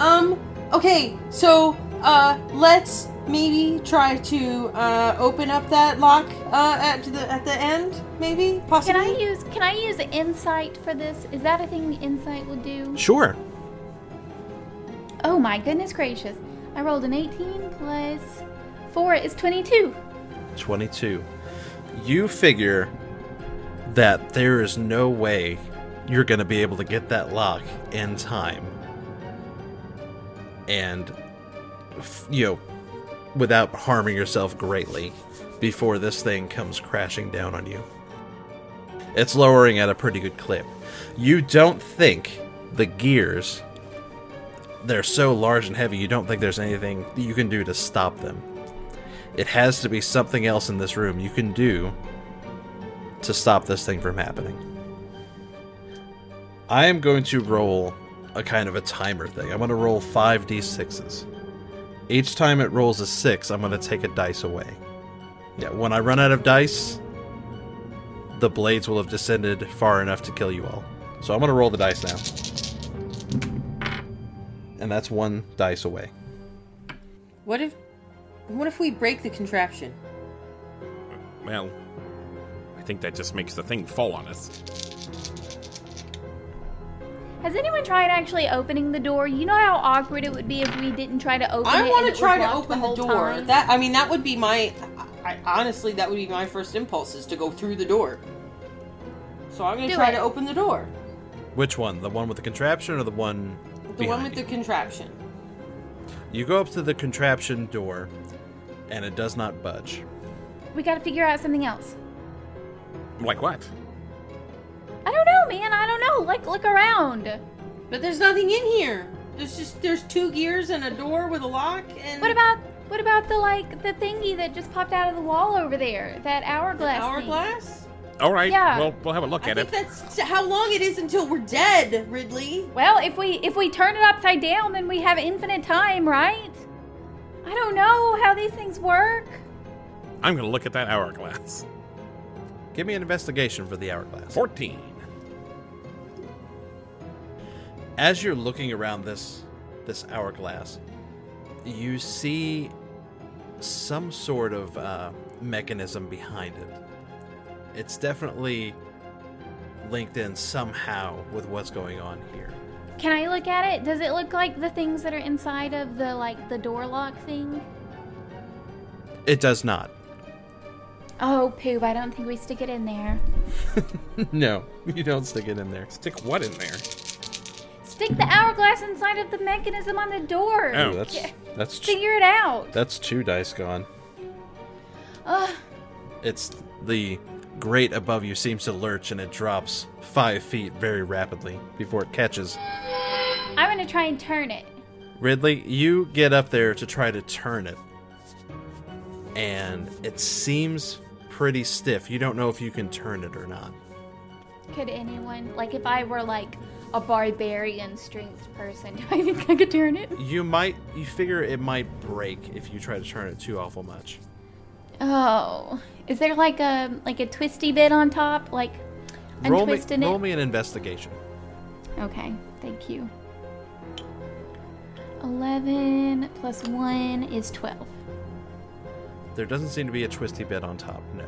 Speaker 6: um, okay, so, uh, let's maybe try to, uh, open up that lock, uh, at the, at the end, maybe?
Speaker 7: Can
Speaker 6: Possibly?
Speaker 7: I use can I use insight for this? Is that a thing insight would do?
Speaker 5: Sure.
Speaker 7: Oh my goodness gracious. I rolled an 18 plus 4 is 22.
Speaker 5: 22. You figure that there is no way you're going to be able to get that lock in time. And, f- you know, without harming yourself greatly before this thing comes crashing down on you. It's lowering at a pretty good clip. You don't think the gears, they're so large and heavy, you don't think there's anything that you can do to stop them. It has to be something else in this room you can do to stop this thing from happening. I am going to roll a kind of a timer thing. I'm going to roll 5d6s. Each time it rolls a 6, I'm going to take a dice away. Yeah, when I run out of dice, the blades will have descended far enough to kill you all. So I'm going to roll the dice now. And that's one dice away.
Speaker 6: What if what if we break the contraption?
Speaker 2: Well, I think that just makes the thing fall on us.
Speaker 7: Has anyone tried actually opening the door? You know how awkward it would be if we didn't try to open it.
Speaker 6: I
Speaker 7: and
Speaker 6: want
Speaker 7: it
Speaker 6: to
Speaker 7: was
Speaker 6: try to
Speaker 7: locked
Speaker 6: open the,
Speaker 7: whole
Speaker 6: door.
Speaker 7: time?
Speaker 6: That I mean, that would be my. I, I, honestly, that would be my first impulse is to go through the door. So I'm gonna
Speaker 7: Do
Speaker 6: try
Speaker 7: it.
Speaker 6: to open the door.
Speaker 5: Which one? The one with the contraption or the one
Speaker 6: The one
Speaker 5: behind
Speaker 6: with
Speaker 5: you?
Speaker 6: the contraption.
Speaker 5: You go up to the contraption door, and it does not budge.
Speaker 7: we got to figure out something else.
Speaker 2: Like what?
Speaker 7: I don't know, man. I don't know. Like look around.
Speaker 6: But there's nothing in here. There's just there's two gears and a door with a lock. And
Speaker 7: What about what about the like the thingy that just popped out of the wall over there? That hourglass. thing?
Speaker 6: hourglass?
Speaker 2: All right.
Speaker 7: Yeah.
Speaker 2: Well, we'll have a look
Speaker 6: I
Speaker 2: at
Speaker 6: think
Speaker 2: it.
Speaker 6: that's how long it is until we're dead, Ridley.
Speaker 7: Well, if we if we turn it upside down, then we have infinite time, right? I don't know how these things work.
Speaker 2: I'm going to look at that hourglass.
Speaker 5: Give me an investigation for the hourglass.
Speaker 2: 14.
Speaker 5: As you're looking around this this hourglass, you see some sort of uh, mechanism behind it. It's definitely linked in somehow with what's going on here.
Speaker 7: Can I look at it? Does it look like the things that are inside of the like the door lock thing?
Speaker 5: It does not.
Speaker 7: Oh, poop! I don't think we stick it in there.
Speaker 5: *laughs* no, you don't stick it in there.
Speaker 2: Stick what in there?
Speaker 7: Stick the hourglass inside of the mechanism on the door.
Speaker 2: Oh.
Speaker 5: Ooh, that's
Speaker 7: Yeah.
Speaker 5: that's two,
Speaker 7: Figure it out.
Speaker 5: that's two dice gone.
Speaker 7: Ugh.
Speaker 5: It's the grate above you seems to lurch and it drops five feet very rapidly before it catches.
Speaker 7: I'm gonna try and turn it.
Speaker 5: Ridley, you get up there to try to turn it, and it seems pretty stiff. You don't know if you can turn it or not.
Speaker 7: Could anyone like if I were like a barbarian strength person, *laughs* do I think I could turn it?
Speaker 5: You might, you figure it might break if you try to turn it too awful much.
Speaker 7: Oh, is there like a like a twisty bit on top? Like I'm
Speaker 5: roll me,
Speaker 7: twisting it.
Speaker 5: roll me an investigation.
Speaker 7: Okay, thank you. Eleven plus one is twelve.
Speaker 5: There doesn't seem to be a twisty bit on top. No.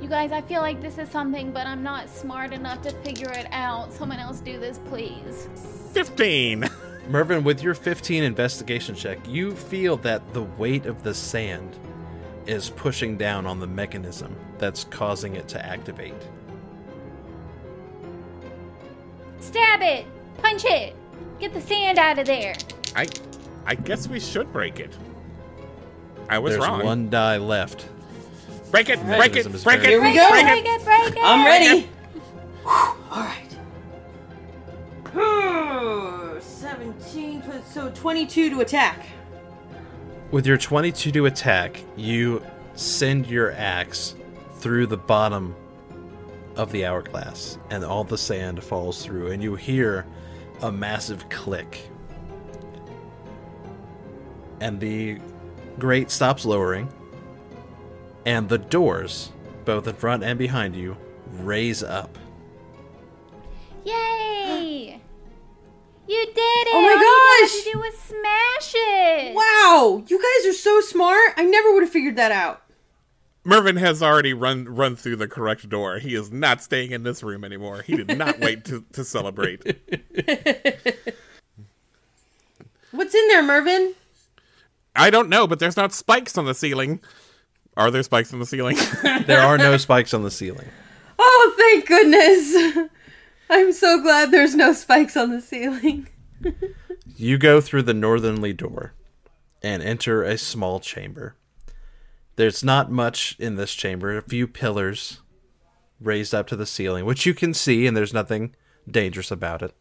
Speaker 7: You guys, I feel like this is something, but I'm not smart enough to figure it out. Someone else do this, please.
Speaker 2: 15.
Speaker 5: Mervin, with your 15 investigation check, you feel that the weight of the sand is pushing down on the mechanism that's causing it to activate.
Speaker 7: Stab it! Punch it! Get the sand out of there!
Speaker 2: I I guess we should break it. I was
Speaker 5: There's
Speaker 2: wrong.
Speaker 5: one die left.
Speaker 2: Break it, break it,
Speaker 5: Mechanism is
Speaker 2: break
Speaker 5: very-
Speaker 2: it,
Speaker 6: Here we
Speaker 7: Break
Speaker 6: go.
Speaker 2: break
Speaker 7: it, break
Speaker 2: it.
Speaker 7: it, break it!
Speaker 6: I'm ready. All right. 17 plus so 22 to attack.
Speaker 5: With your 22 to attack, you send your axe through the bottom of the hourglass, and all the sand falls through, and you hear a massive click. And the grate stops lowering, and the doors, both in front and behind you, raise up.
Speaker 7: Yay! you did it!
Speaker 6: Oh my
Speaker 7: All you had
Speaker 6: gosh!
Speaker 7: to do was smash it!
Speaker 6: Wow, you guys are so smart. I never would have figured that out.
Speaker 2: Mervin has already run run through the correct door. He is not staying in this room anymore. He did not wait to, to
Speaker 5: *laughs*
Speaker 2: celebrate.
Speaker 6: What's in there, Mervin?
Speaker 2: I don't know, but there's not spikes on the ceiling. Are there spikes on the ceiling? *laughs*
Speaker 5: There are no spikes on the ceiling.
Speaker 6: Oh, thank goodness. *laughs* I'm so glad there's no spikes on the ceiling.
Speaker 5: You go through the northernly door and enter a small chamber. There's not much in this chamber, a few pillars raised up to the ceiling, which you can see, and there's nothing dangerous about it.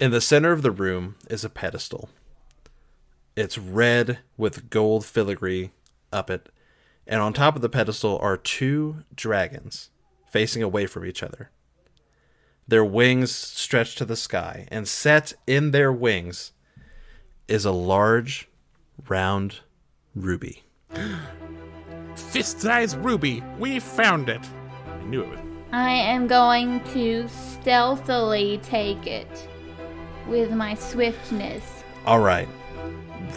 Speaker 5: In the center of the room is a pedestal. It's red with gold filigree up it, and on top of the pedestal are two dragons facing away from each other. Their wings stretched to the sky, and set in their wings is a large, round ruby.
Speaker 2: Fist size ruby, we found it. I knew it. was-
Speaker 7: I am going to stealthily take it with my swiftness.
Speaker 5: All right.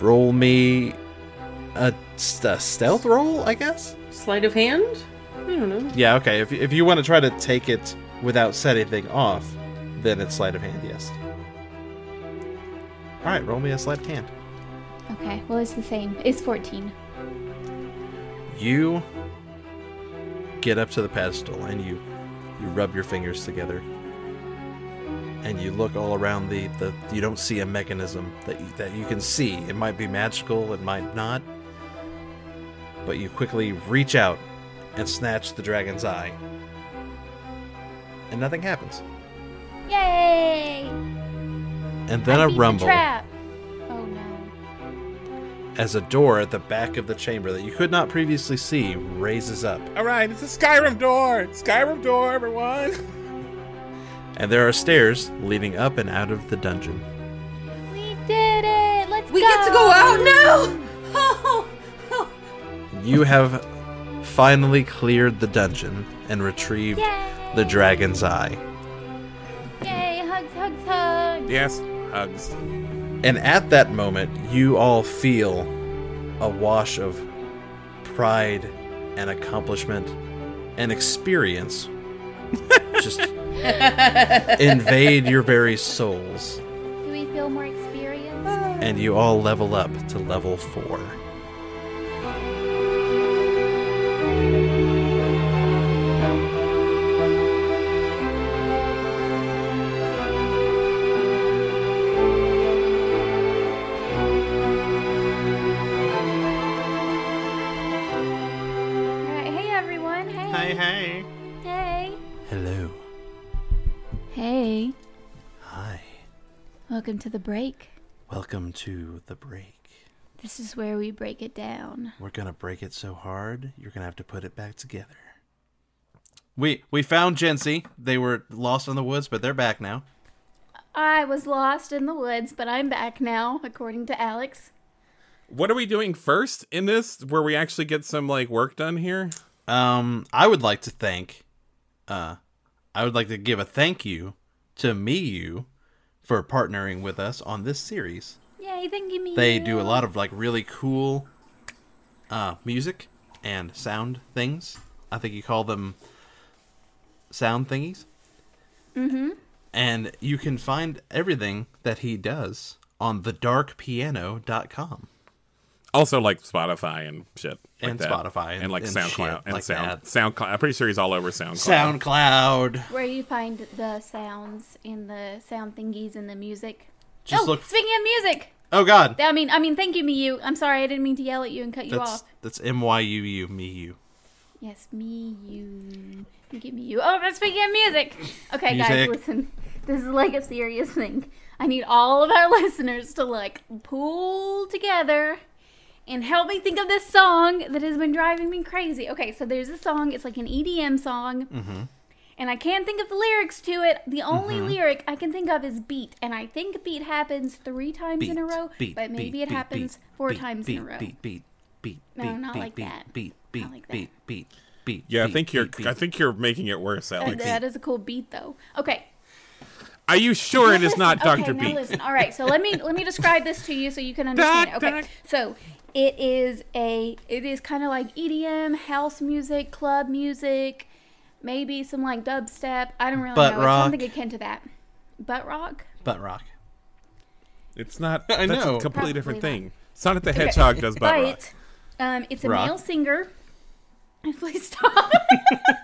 Speaker 5: Roll me a, s- a stealth roll, I guess?
Speaker 6: Sleight of hand? I don't know.
Speaker 5: Yeah, okay. If, if you want to try to take it without setting anything off, then it's sleight of hand, yes. All right, roll me a sleight of hand.
Speaker 7: Okay, well, it's the same. It's 14.
Speaker 5: You get up to the pedestal and you you rub your fingers together and you look all around the, the you don't see a mechanism that you, that you can see it might be magical it might not but you quickly reach out and snatch the dragon's eye and nothing happens
Speaker 7: Yay!
Speaker 5: and then
Speaker 7: I
Speaker 5: a
Speaker 7: beat the
Speaker 5: rumble
Speaker 7: trap. Oh no.
Speaker 5: as a door at the back of the chamber that you could not previously see raises up
Speaker 2: All right, it's a Skyrim door. Skyrim door, everyone. *laughs*
Speaker 5: and there are stairs leading up and out of the dungeon
Speaker 7: We did it! Let's
Speaker 6: We
Speaker 7: go!
Speaker 6: get to go out now! *laughs* Oh, oh.
Speaker 5: You have finally cleared the dungeon and retrieved
Speaker 7: Yay!
Speaker 5: the dragon's eye.
Speaker 7: Yay! Hugs, hugs, hugs!
Speaker 2: Yes, hugs.
Speaker 5: And at that moment, you all feel a wash of pride and accomplishment and experience just invade your very souls.
Speaker 7: Do we feel more experienced?
Speaker 6: Uh.
Speaker 5: And you all level up to level four.
Speaker 7: Alright, hey everyone! Hey!
Speaker 5: hey.
Speaker 7: Hey!
Speaker 5: Hello.
Speaker 7: Hey!
Speaker 5: Hi.
Speaker 7: Welcome to the break.
Speaker 5: Welcome to the break.
Speaker 7: This is where we break it down.
Speaker 5: We're gonna break it so hard, you're gonna have to put it back together. We we found Gency. They were lost in the woods, but they're back now.
Speaker 7: I was lost in the woods, but I'm back now, according to Alex.
Speaker 2: What are we doing first in this? Where we actually get some like work done here?
Speaker 5: Um, I would like to thank, uh, I would like to give a thank you to Miyu for partnering with us on this series.
Speaker 7: Yay, thank you, me.
Speaker 5: They do a lot of like really cool, uh, music and sound things. I think you call them sound thingies.
Speaker 7: Mm-hmm.
Speaker 5: And you can find everything that he does on thedarkpiano.com.
Speaker 2: Also, like Spotify and shit, like
Speaker 5: And
Speaker 2: that.
Speaker 5: Spotify and-
Speaker 2: and like
Speaker 5: and
Speaker 2: SoundCloud
Speaker 5: shit
Speaker 2: and
Speaker 5: like
Speaker 2: Sound
Speaker 5: that.
Speaker 2: SoundCloud. I'm pretty sure he's all over SoundCloud.
Speaker 5: SoundCloud.
Speaker 7: Where you find the sounds and the sound thingies and the music.
Speaker 5: Just
Speaker 7: oh,
Speaker 5: look.
Speaker 7: speaking of music,
Speaker 5: oh God,
Speaker 7: I mean, I mean, thank you, Miyu. I'm sorry, I didn't mean to yell at you and cut you
Speaker 5: that's
Speaker 7: off.
Speaker 5: that's M Y U U me you.
Speaker 7: Yes, Miyu. Thank you, Miyu. Oh, but speaking of music, okay, guys,
Speaker 5: Music.
Speaker 7: listen. This is like a serious thing. I need all of our *laughs* listeners to like pull together and help me think of this song that has been driving me crazy. Okay, so there's a song. It's like an EDM song.
Speaker 5: Mm-hmm.
Speaker 7: and I can't think of the lyrics to it. The only lyric I can think of is beat, and I think beat happens three times in a row, but maybe it happens four times in a row.
Speaker 5: Beat beat beat
Speaker 7: No,
Speaker 5: beat
Speaker 7: not
Speaker 5: beat
Speaker 7: like
Speaker 5: beat
Speaker 7: that.
Speaker 5: beat
Speaker 7: Not
Speaker 5: beat
Speaker 7: like that.
Speaker 5: beat beat beat.
Speaker 2: Yeah, I
Speaker 5: beat,
Speaker 2: think you're.
Speaker 5: beat,
Speaker 2: I
Speaker 5: beat.
Speaker 2: think you're making it worse,
Speaker 7: Uh,
Speaker 2: Alex.
Speaker 7: that is a cool beat, though. Okay.
Speaker 2: Are you sure it
Speaker 7: Now *laughs*
Speaker 2: is not
Speaker 7: listen-
Speaker 2: Doctor
Speaker 7: okay, now
Speaker 2: Beat?
Speaker 7: listen. All right, so let me let me describe this to you so you can understand.
Speaker 2: Doc,
Speaker 7: okay,
Speaker 2: doc.
Speaker 7: so it is a it is kind of like EDM, house music, club music, maybe some like dubstep. I don't really
Speaker 5: Butt
Speaker 7: know.
Speaker 5: rock.
Speaker 7: It's something akin to that. Butt rock.
Speaker 5: butt rock.
Speaker 2: It's not.
Speaker 5: I
Speaker 2: that's
Speaker 5: know.
Speaker 2: a completely different
Speaker 7: Probably
Speaker 2: thing. Sonic the Hedgehog does butt rock.
Speaker 7: but um, it's a
Speaker 5: Rock.
Speaker 7: male singer. *laughs* Please stop.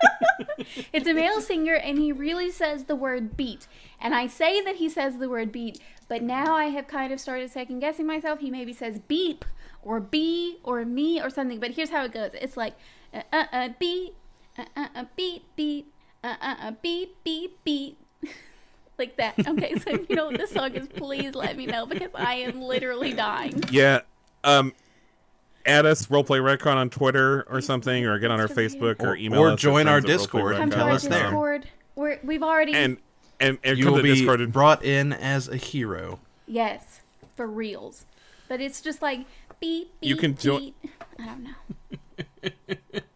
Speaker 7: *laughs* it's a male singer, and he really says the word beat. And I say that he says the word beat, but now I have kind of started second guessing myself. He maybe says beep or bee or me or something. But here's how it goes it's like uh uh, uh beat, uh, uh, uh, beep, beep, uh, uh, uh, beep, beep, beep. *laughs* like that. Okay, so if you know what this song is, please let me know because I am literally dying.
Speaker 2: Yeah. Um, add us roleplay retcon on Twitter or something, or get on our Facebook or,
Speaker 5: Or-
Speaker 2: email
Speaker 5: or
Speaker 2: us at
Speaker 5: join our
Speaker 2: friends at
Speaker 5: Discord.
Speaker 7: Come to
Speaker 5: Tell
Speaker 7: our
Speaker 5: us there.
Speaker 7: Discord. We're, we've already.
Speaker 2: And and and
Speaker 5: You
Speaker 2: come
Speaker 5: will
Speaker 2: to
Speaker 5: be
Speaker 2: Discord and
Speaker 5: brought in as a hero.
Speaker 7: yes, for reals. But it's just like beep, beep.
Speaker 2: You can join-
Speaker 7: beep. I don't know.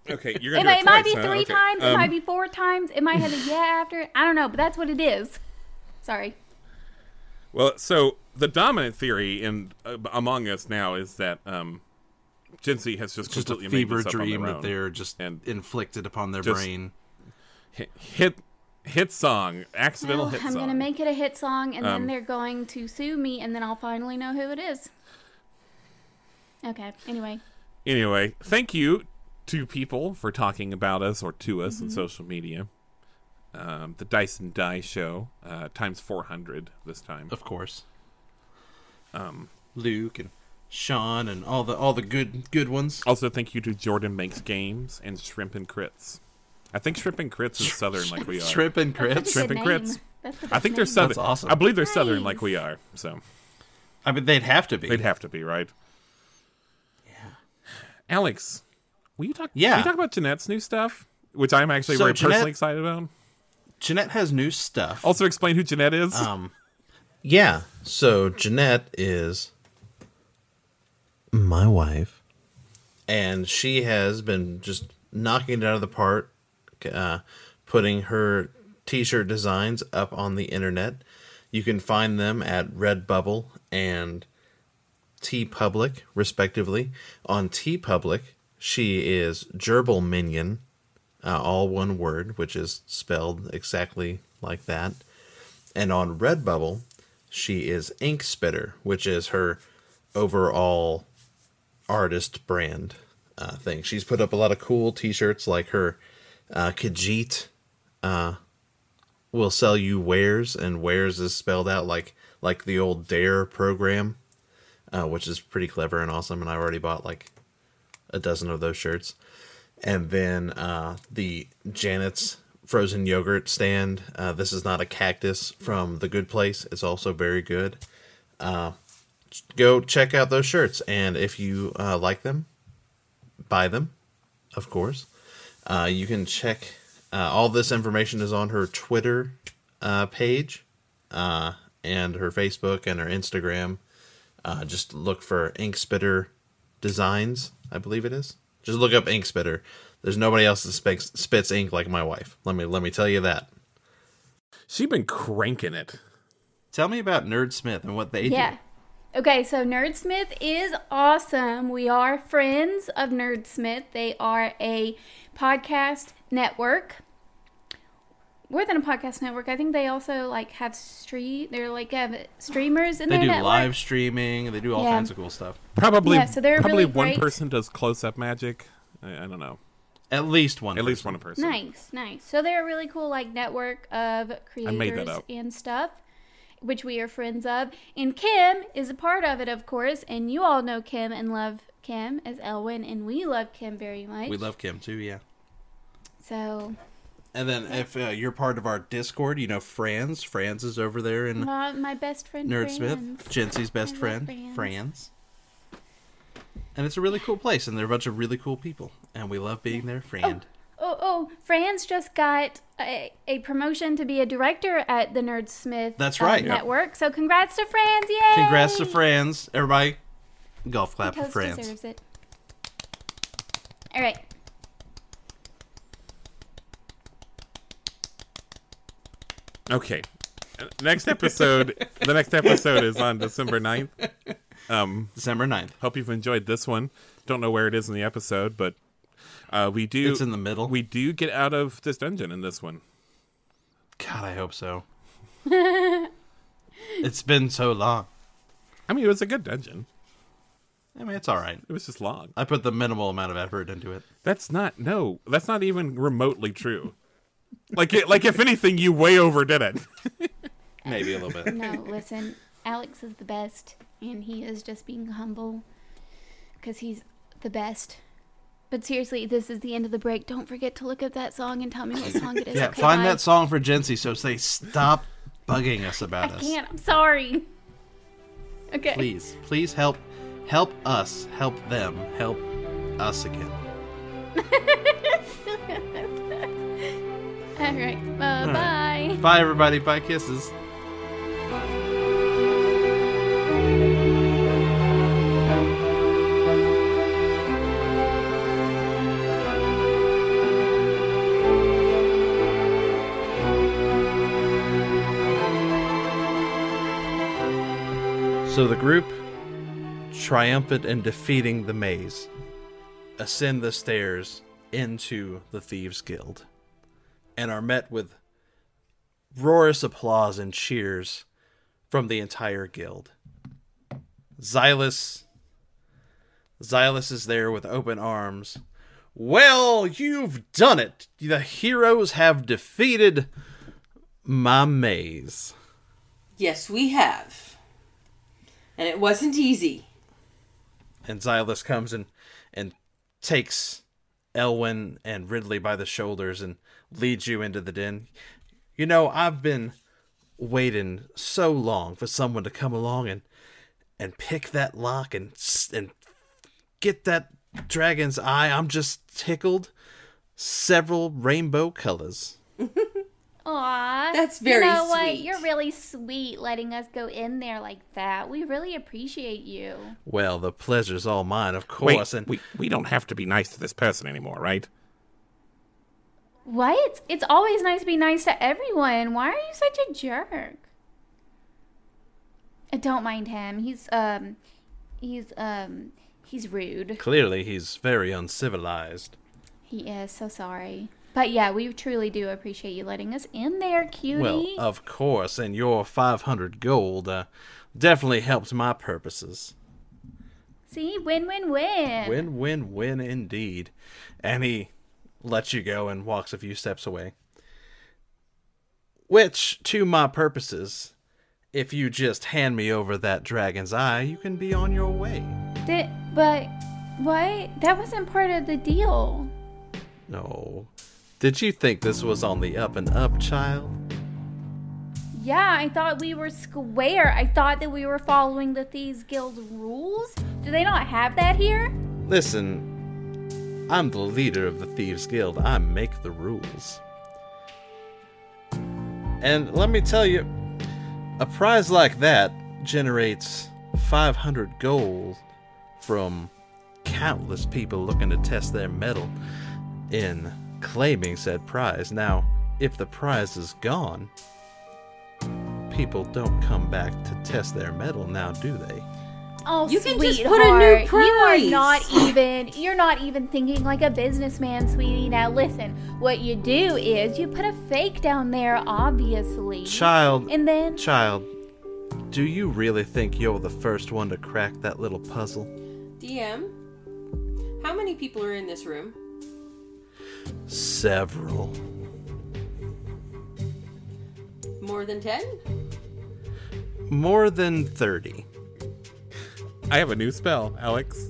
Speaker 2: okay, you're
Speaker 7: It,
Speaker 2: gonna. do
Speaker 7: it might be
Speaker 2: twice, huh?
Speaker 7: three
Speaker 2: Okay.
Speaker 7: times. It
Speaker 2: Um,
Speaker 7: might be four times. It might have a yeah after. it. I don't know, but that's what it is. Sorry.
Speaker 2: Well, so the dominant theory in uh, among us now is that um, Jinsey has just
Speaker 5: Just a
Speaker 2: completely made
Speaker 5: fever
Speaker 2: this up on
Speaker 5: dream
Speaker 2: their
Speaker 5: that
Speaker 2: own.
Speaker 5: they're just
Speaker 2: And-
Speaker 5: inflicted upon their
Speaker 2: Just-
Speaker 5: brain.
Speaker 2: Hi- hit hit song, accidental
Speaker 7: No,
Speaker 2: hit
Speaker 7: I'm
Speaker 2: song.
Speaker 7: gonna make it a hit song, and
Speaker 2: Um,
Speaker 7: then they're going to sue me, and then I'll finally know who it is. Okay. Anyway,
Speaker 2: Anyway, thank you to people for talking about us or to us
Speaker 7: Mm-hmm.
Speaker 2: on social media. Um, the Dice and Die Show, uh, times 400 this time.
Speaker 5: of course. Um, Luke and Sean and all the all the good good ones.
Speaker 2: Also, thank you to Jordan Makes Games and Shrimp and Crits. I think Shrimp and Crits is southern like we are.
Speaker 5: Shrimp and
Speaker 7: that's
Speaker 5: Crits.
Speaker 7: such a
Speaker 2: Shrimp
Speaker 7: good
Speaker 2: and
Speaker 7: name.
Speaker 2: grits.
Speaker 7: That's the
Speaker 2: I
Speaker 7: best
Speaker 2: think they're
Speaker 7: name.
Speaker 2: southern.
Speaker 5: awesome.
Speaker 2: I believe they're southern like
Speaker 7: Nice.
Speaker 2: we are, so
Speaker 5: I mean, they'd have to be.
Speaker 2: they'd have to be, right? Yeah. Alex, will you talk?
Speaker 5: Yeah.
Speaker 2: Will you talk about Jeanette's new stuff, which I'm actually
Speaker 5: So
Speaker 2: very
Speaker 5: Jeanette-
Speaker 2: personally excited about.
Speaker 5: Jeanette has new stuff.
Speaker 2: Also, explain who Jeanette is.
Speaker 5: Um, yeah. So Jeanette is my wife, and she has been just knocking it out of the park, uh, putting her t-shirt designs up on the internet. You can find them at Redbubble and T Public, respectively. On T Public, she is Gerbil Minion, uh, all one word, which is spelled exactly like that. And on Redbubble, she is Ink Spitter, which is her overall artist brand uh, thing. She's put up a lot of cool t shirts like her uh, Khajiit uh, will sell you wares, and wares is spelled out like, like the old DARE program, uh, which is pretty clever and awesome. And I already bought like a dozen of those shirts and then uh, the Janet's frozen yogurt stand. Uh, this is not a cactus from the Good Place. It's also very good. Uh, go check out those shirts, and if you uh, like them, buy them. Of course, uh, you can check. Uh, all this information is on her Twitter uh, page, uh, and her Facebook and her Instagram. Uh, just look for Ink Spitter Designs, I believe it is. Just look up Ink Spitter. There's nobody else that spits, spits ink like my wife. Let me let me tell you that.
Speaker 2: she been cranking it.
Speaker 5: Tell me about Nerdsmith and what they
Speaker 7: Yeah. Okay, so Nerdsmith is awesome. We are friends of Nerdsmith. They are a podcast network. More than a podcast network, I think they also like have street. They're like have streamers in
Speaker 5: They
Speaker 7: their
Speaker 5: do
Speaker 7: network.
Speaker 5: live streaming. They do all
Speaker 7: Yeah.
Speaker 5: kinds of cool stuff.
Speaker 2: Probably,
Speaker 7: Yeah, so they're
Speaker 2: probably
Speaker 7: really
Speaker 2: one
Speaker 7: great.
Speaker 2: person does close up magic. I, I don't know.
Speaker 5: At least one.
Speaker 2: At least
Speaker 5: person.
Speaker 2: one person.
Speaker 7: Nice, nice. So they're a really cool like network
Speaker 2: made
Speaker 7: of
Speaker 2: that
Speaker 7: creators
Speaker 2: up.
Speaker 7: and stuff, which we are friends of. And Kim is a part of it, of course. And you all know Kim and love Kim as Elwin, and we love Kim very much.
Speaker 5: We love Kim too. Yeah.
Speaker 7: so
Speaker 5: And then if uh, you're part of our Discord, you know Franz. Franz is over there in
Speaker 7: Uh, my best friend
Speaker 5: Nerdsmith,
Speaker 7: friends.
Speaker 5: Jency's best
Speaker 7: I love
Speaker 5: friend,
Speaker 7: Franz.
Speaker 5: Franz. And it's a really cool place, and they're a bunch of really cool people, and we love being there, friend.
Speaker 7: Oh, oh, Franz just got a, a promotion to be a director at the Nerdsmith.
Speaker 5: That's
Speaker 7: uh,
Speaker 5: right. Yep.
Speaker 7: Network. So congrats to Franz! Yay!
Speaker 5: Congrats to Franz, everybody. Golf clap for
Speaker 7: Toast
Speaker 5: Franz.
Speaker 7: deserves it. All right.
Speaker 2: Okay. Uh, Next episode. the next episode is on December 9th. Um,
Speaker 5: December 9th.
Speaker 2: hope you've enjoyed this one. Don't know where it is in the episode, but uh, we do.
Speaker 5: It's in the middle.
Speaker 2: We do get out of this dungeon in this one.
Speaker 5: God, I hope
Speaker 7: *laughs*
Speaker 5: so. it's been so long.
Speaker 2: I mean, it was a good dungeon.
Speaker 5: I mean, it's all right.
Speaker 2: It was just long.
Speaker 5: I put the minimal amount of effort into it.
Speaker 2: That's not no. That's not even remotely true. Like it, like if anything, you way overdid it.
Speaker 5: Maybe a little bit.
Speaker 7: *laughs* No, listen, Alex is the best, and he is just being humble because he's the best. But seriously, this is the end of the break. Don't forget to look up that song and tell me what
Speaker 5: *laughs*
Speaker 7: song it is.
Speaker 8: Yeah,
Speaker 7: okay,
Speaker 8: find
Speaker 7: bye.
Speaker 8: that song for Gency so they stop bugging us
Speaker 7: I
Speaker 8: about us.
Speaker 7: can't. I'm sorry. *laughs* Okay.
Speaker 8: Please, please help, help us, help them, help us again.
Speaker 7: All right. Uh,
Speaker 8: All
Speaker 7: bye.
Speaker 8: Bye, everybody. Bye, kisses.
Speaker 5: So the group, triumphant in defeating the maze, ascend the stairs into the Thieves Guild and are met with roarous applause and cheers from the entire guild. Xylus Xylus is there with open arms. Well, you've done it. The heroes have defeated my maze.
Speaker 6: Yes, we have. And it wasn't easy.
Speaker 5: and Xylus comes and and takes Elwyn and Ridley by the shoulders and leads you into the den. You know, I've been waiting so long for someone to come along and and pick that lock and s- and get that dragon's eye. I'm just tickled. Several rainbow colors.
Speaker 7: Aw.
Speaker 6: That's very
Speaker 7: You know what?
Speaker 6: sweet.
Speaker 7: You're really sweet letting us go in there like that. We really appreciate you.
Speaker 5: Well, the pleasure's all mine, of
Speaker 2: Wait,
Speaker 5: course. and
Speaker 2: we, we don't have to be nice to this person anymore, right?
Speaker 7: What? It's always nice to be nice to everyone. Why are you such a jerk? Uh, Don't mind him. He's um he's um he's rude.
Speaker 5: clearly he's very uncivilized.
Speaker 7: He is so sorry. But yeah, we truly do appreciate you letting us in there, cutie.
Speaker 5: Well, uh, of course, and your 500 gold uh, definitely helped my purposes.
Speaker 7: See, win win win.
Speaker 5: Win, win, win indeed. And he lets you go and walks a few steps away. Which, to my purposes, if you just hand me over that dragon's eye, you can be on your way.
Speaker 7: Did, but what? That wasn't part of the deal.
Speaker 5: No. Did you think this was on the up and up, child?
Speaker 7: Yeah, I thought we were square. I thought that we were following the Thieves Guild rules. Do they not have that here?
Speaker 5: Listen, I'm the leader of the Thieves Guild. I make the rules. And let me tell you, a prize like that generates 500 gold from countless people looking to test their mettle in claiming said prize. Now, if the prize is gone, people don't come back to test their mettle now, do they?
Speaker 7: Oh,
Speaker 6: You can
Speaker 7: sweetheart.
Speaker 6: just put a new
Speaker 7: You
Speaker 6: prize. *laughs*
Speaker 7: are not even. You're not even thinking like a businessman, sweetie. Now listen. What you do is you put a fake down there, obviously.
Speaker 5: Child,
Speaker 7: And then
Speaker 5: Child, do you really think you're the first one to crack that little puzzle?
Speaker 6: DM, how many people are in this room?
Speaker 5: Several.
Speaker 6: More than 10?
Speaker 5: More than 30.
Speaker 2: I have a new spell, Alex.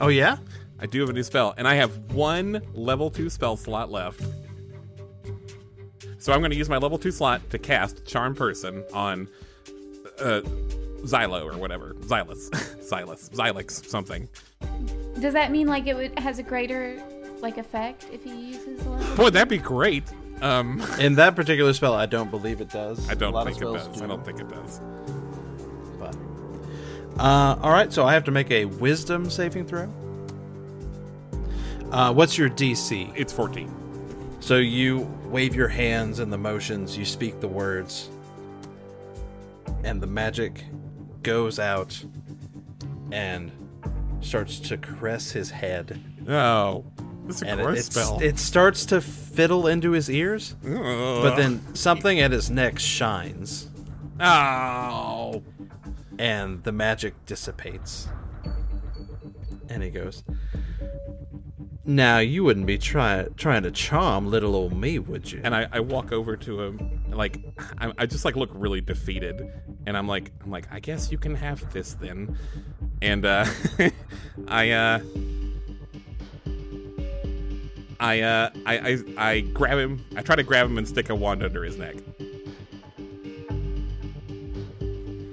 Speaker 5: Oh, yeah?
Speaker 2: I do have a new spell, and I have one level two spell slot left. So I'm going to use my level two slot to cast Charm Person on uh, Xylo or whatever. Xylus. *laughs* Xylus. Xylix, something.
Speaker 7: does that mean like it would has a greater like effect if he uses a level?
Speaker 2: Boy, that'd be great. Um,
Speaker 5: In that particular spell, I don't believe it does.
Speaker 2: I don't
Speaker 5: A lot of
Speaker 2: think it
Speaker 5: spells
Speaker 2: does.
Speaker 5: do,
Speaker 2: I don't think it does.
Speaker 5: But. Uh, all right, so I have to make a wisdom saving throw. Uh, what's your DC?
Speaker 2: It's 14.
Speaker 5: So you wave your hands in the motions, you speak the words, and the magic goes out and starts to caress his head.
Speaker 2: Oh, it's a
Speaker 5: And
Speaker 2: gross
Speaker 5: it, it's-
Speaker 2: spell.
Speaker 5: it starts to fiddle into his ears, but
Speaker 2: Ugh.
Speaker 5: then something at his neck shines,
Speaker 2: Ow.
Speaker 5: and the magic dissipates. And he goes, Now you wouldn't be try- trying to charm little old me, would you?
Speaker 2: and I, I walk over to him and, like I, I just like look really defeated and i'm like i'm like i guess you can have *laughs* this then and uh i uh I uh I, I I grab him. I try to grab him and stick a wand under his neck.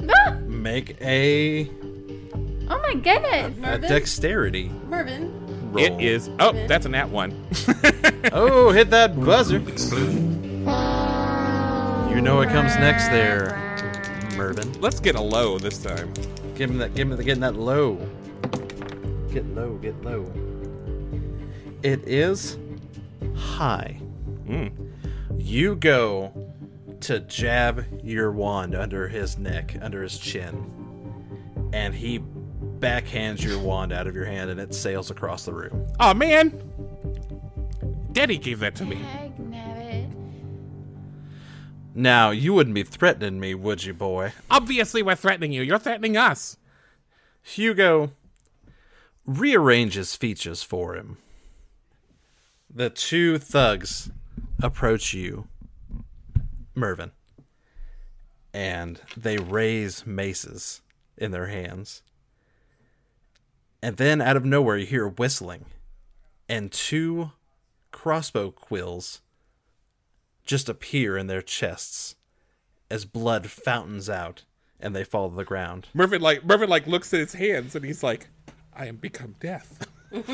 Speaker 7: Ah!
Speaker 5: Make a,
Speaker 7: Oh my goodness.
Speaker 5: a
Speaker 6: Mervin?
Speaker 5: dexterity
Speaker 6: Mervin?
Speaker 5: roll.
Speaker 2: It is oh, that's a nat one.
Speaker 5: Oh, hit that buzzer. You know what comes next there, Mervin.
Speaker 2: Let's get a low this time.
Speaker 5: Give him that. Give him the. Getting that low. Get low. Get low. It is high.
Speaker 2: Mm.
Speaker 5: You go to jab your wand under his neck, under his chin, and he backhands your wand out of your hand, and it sails across the room.
Speaker 2: Oh man, Daddy gave that to me.
Speaker 7: Heck, nabbit.
Speaker 5: Now you wouldn't be threatening me, would you, boy?
Speaker 2: Obviously, we're threatening you. You're threatening us.
Speaker 5: Hugo rearranges features for him. The two thugs approach you, Mervin, and they raise maces in their hands. And then out of nowhere, you hear whistling, and two crossbow quills just appear in their chests as blood fountains out and they fall to the ground.
Speaker 2: Mervin like Mervin like looks at his hands and he's like, I am become death. *laughs* and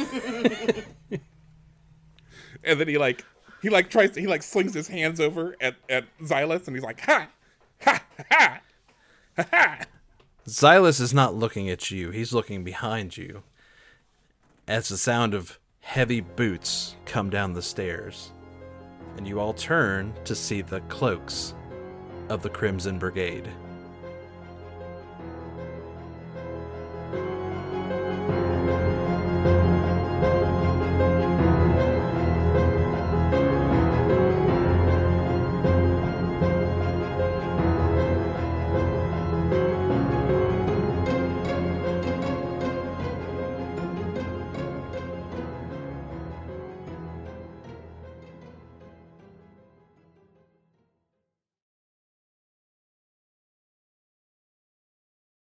Speaker 2: then he like he like tries to, he like slings his hands over at at Xylus and he's like, ha, ha, ha, ha, ha.
Speaker 5: Xylus is not looking at you, he's looking behind you as the sound of heavy boots come down the stairs. And you all turn to see the cloaks of the Crimson Brigade.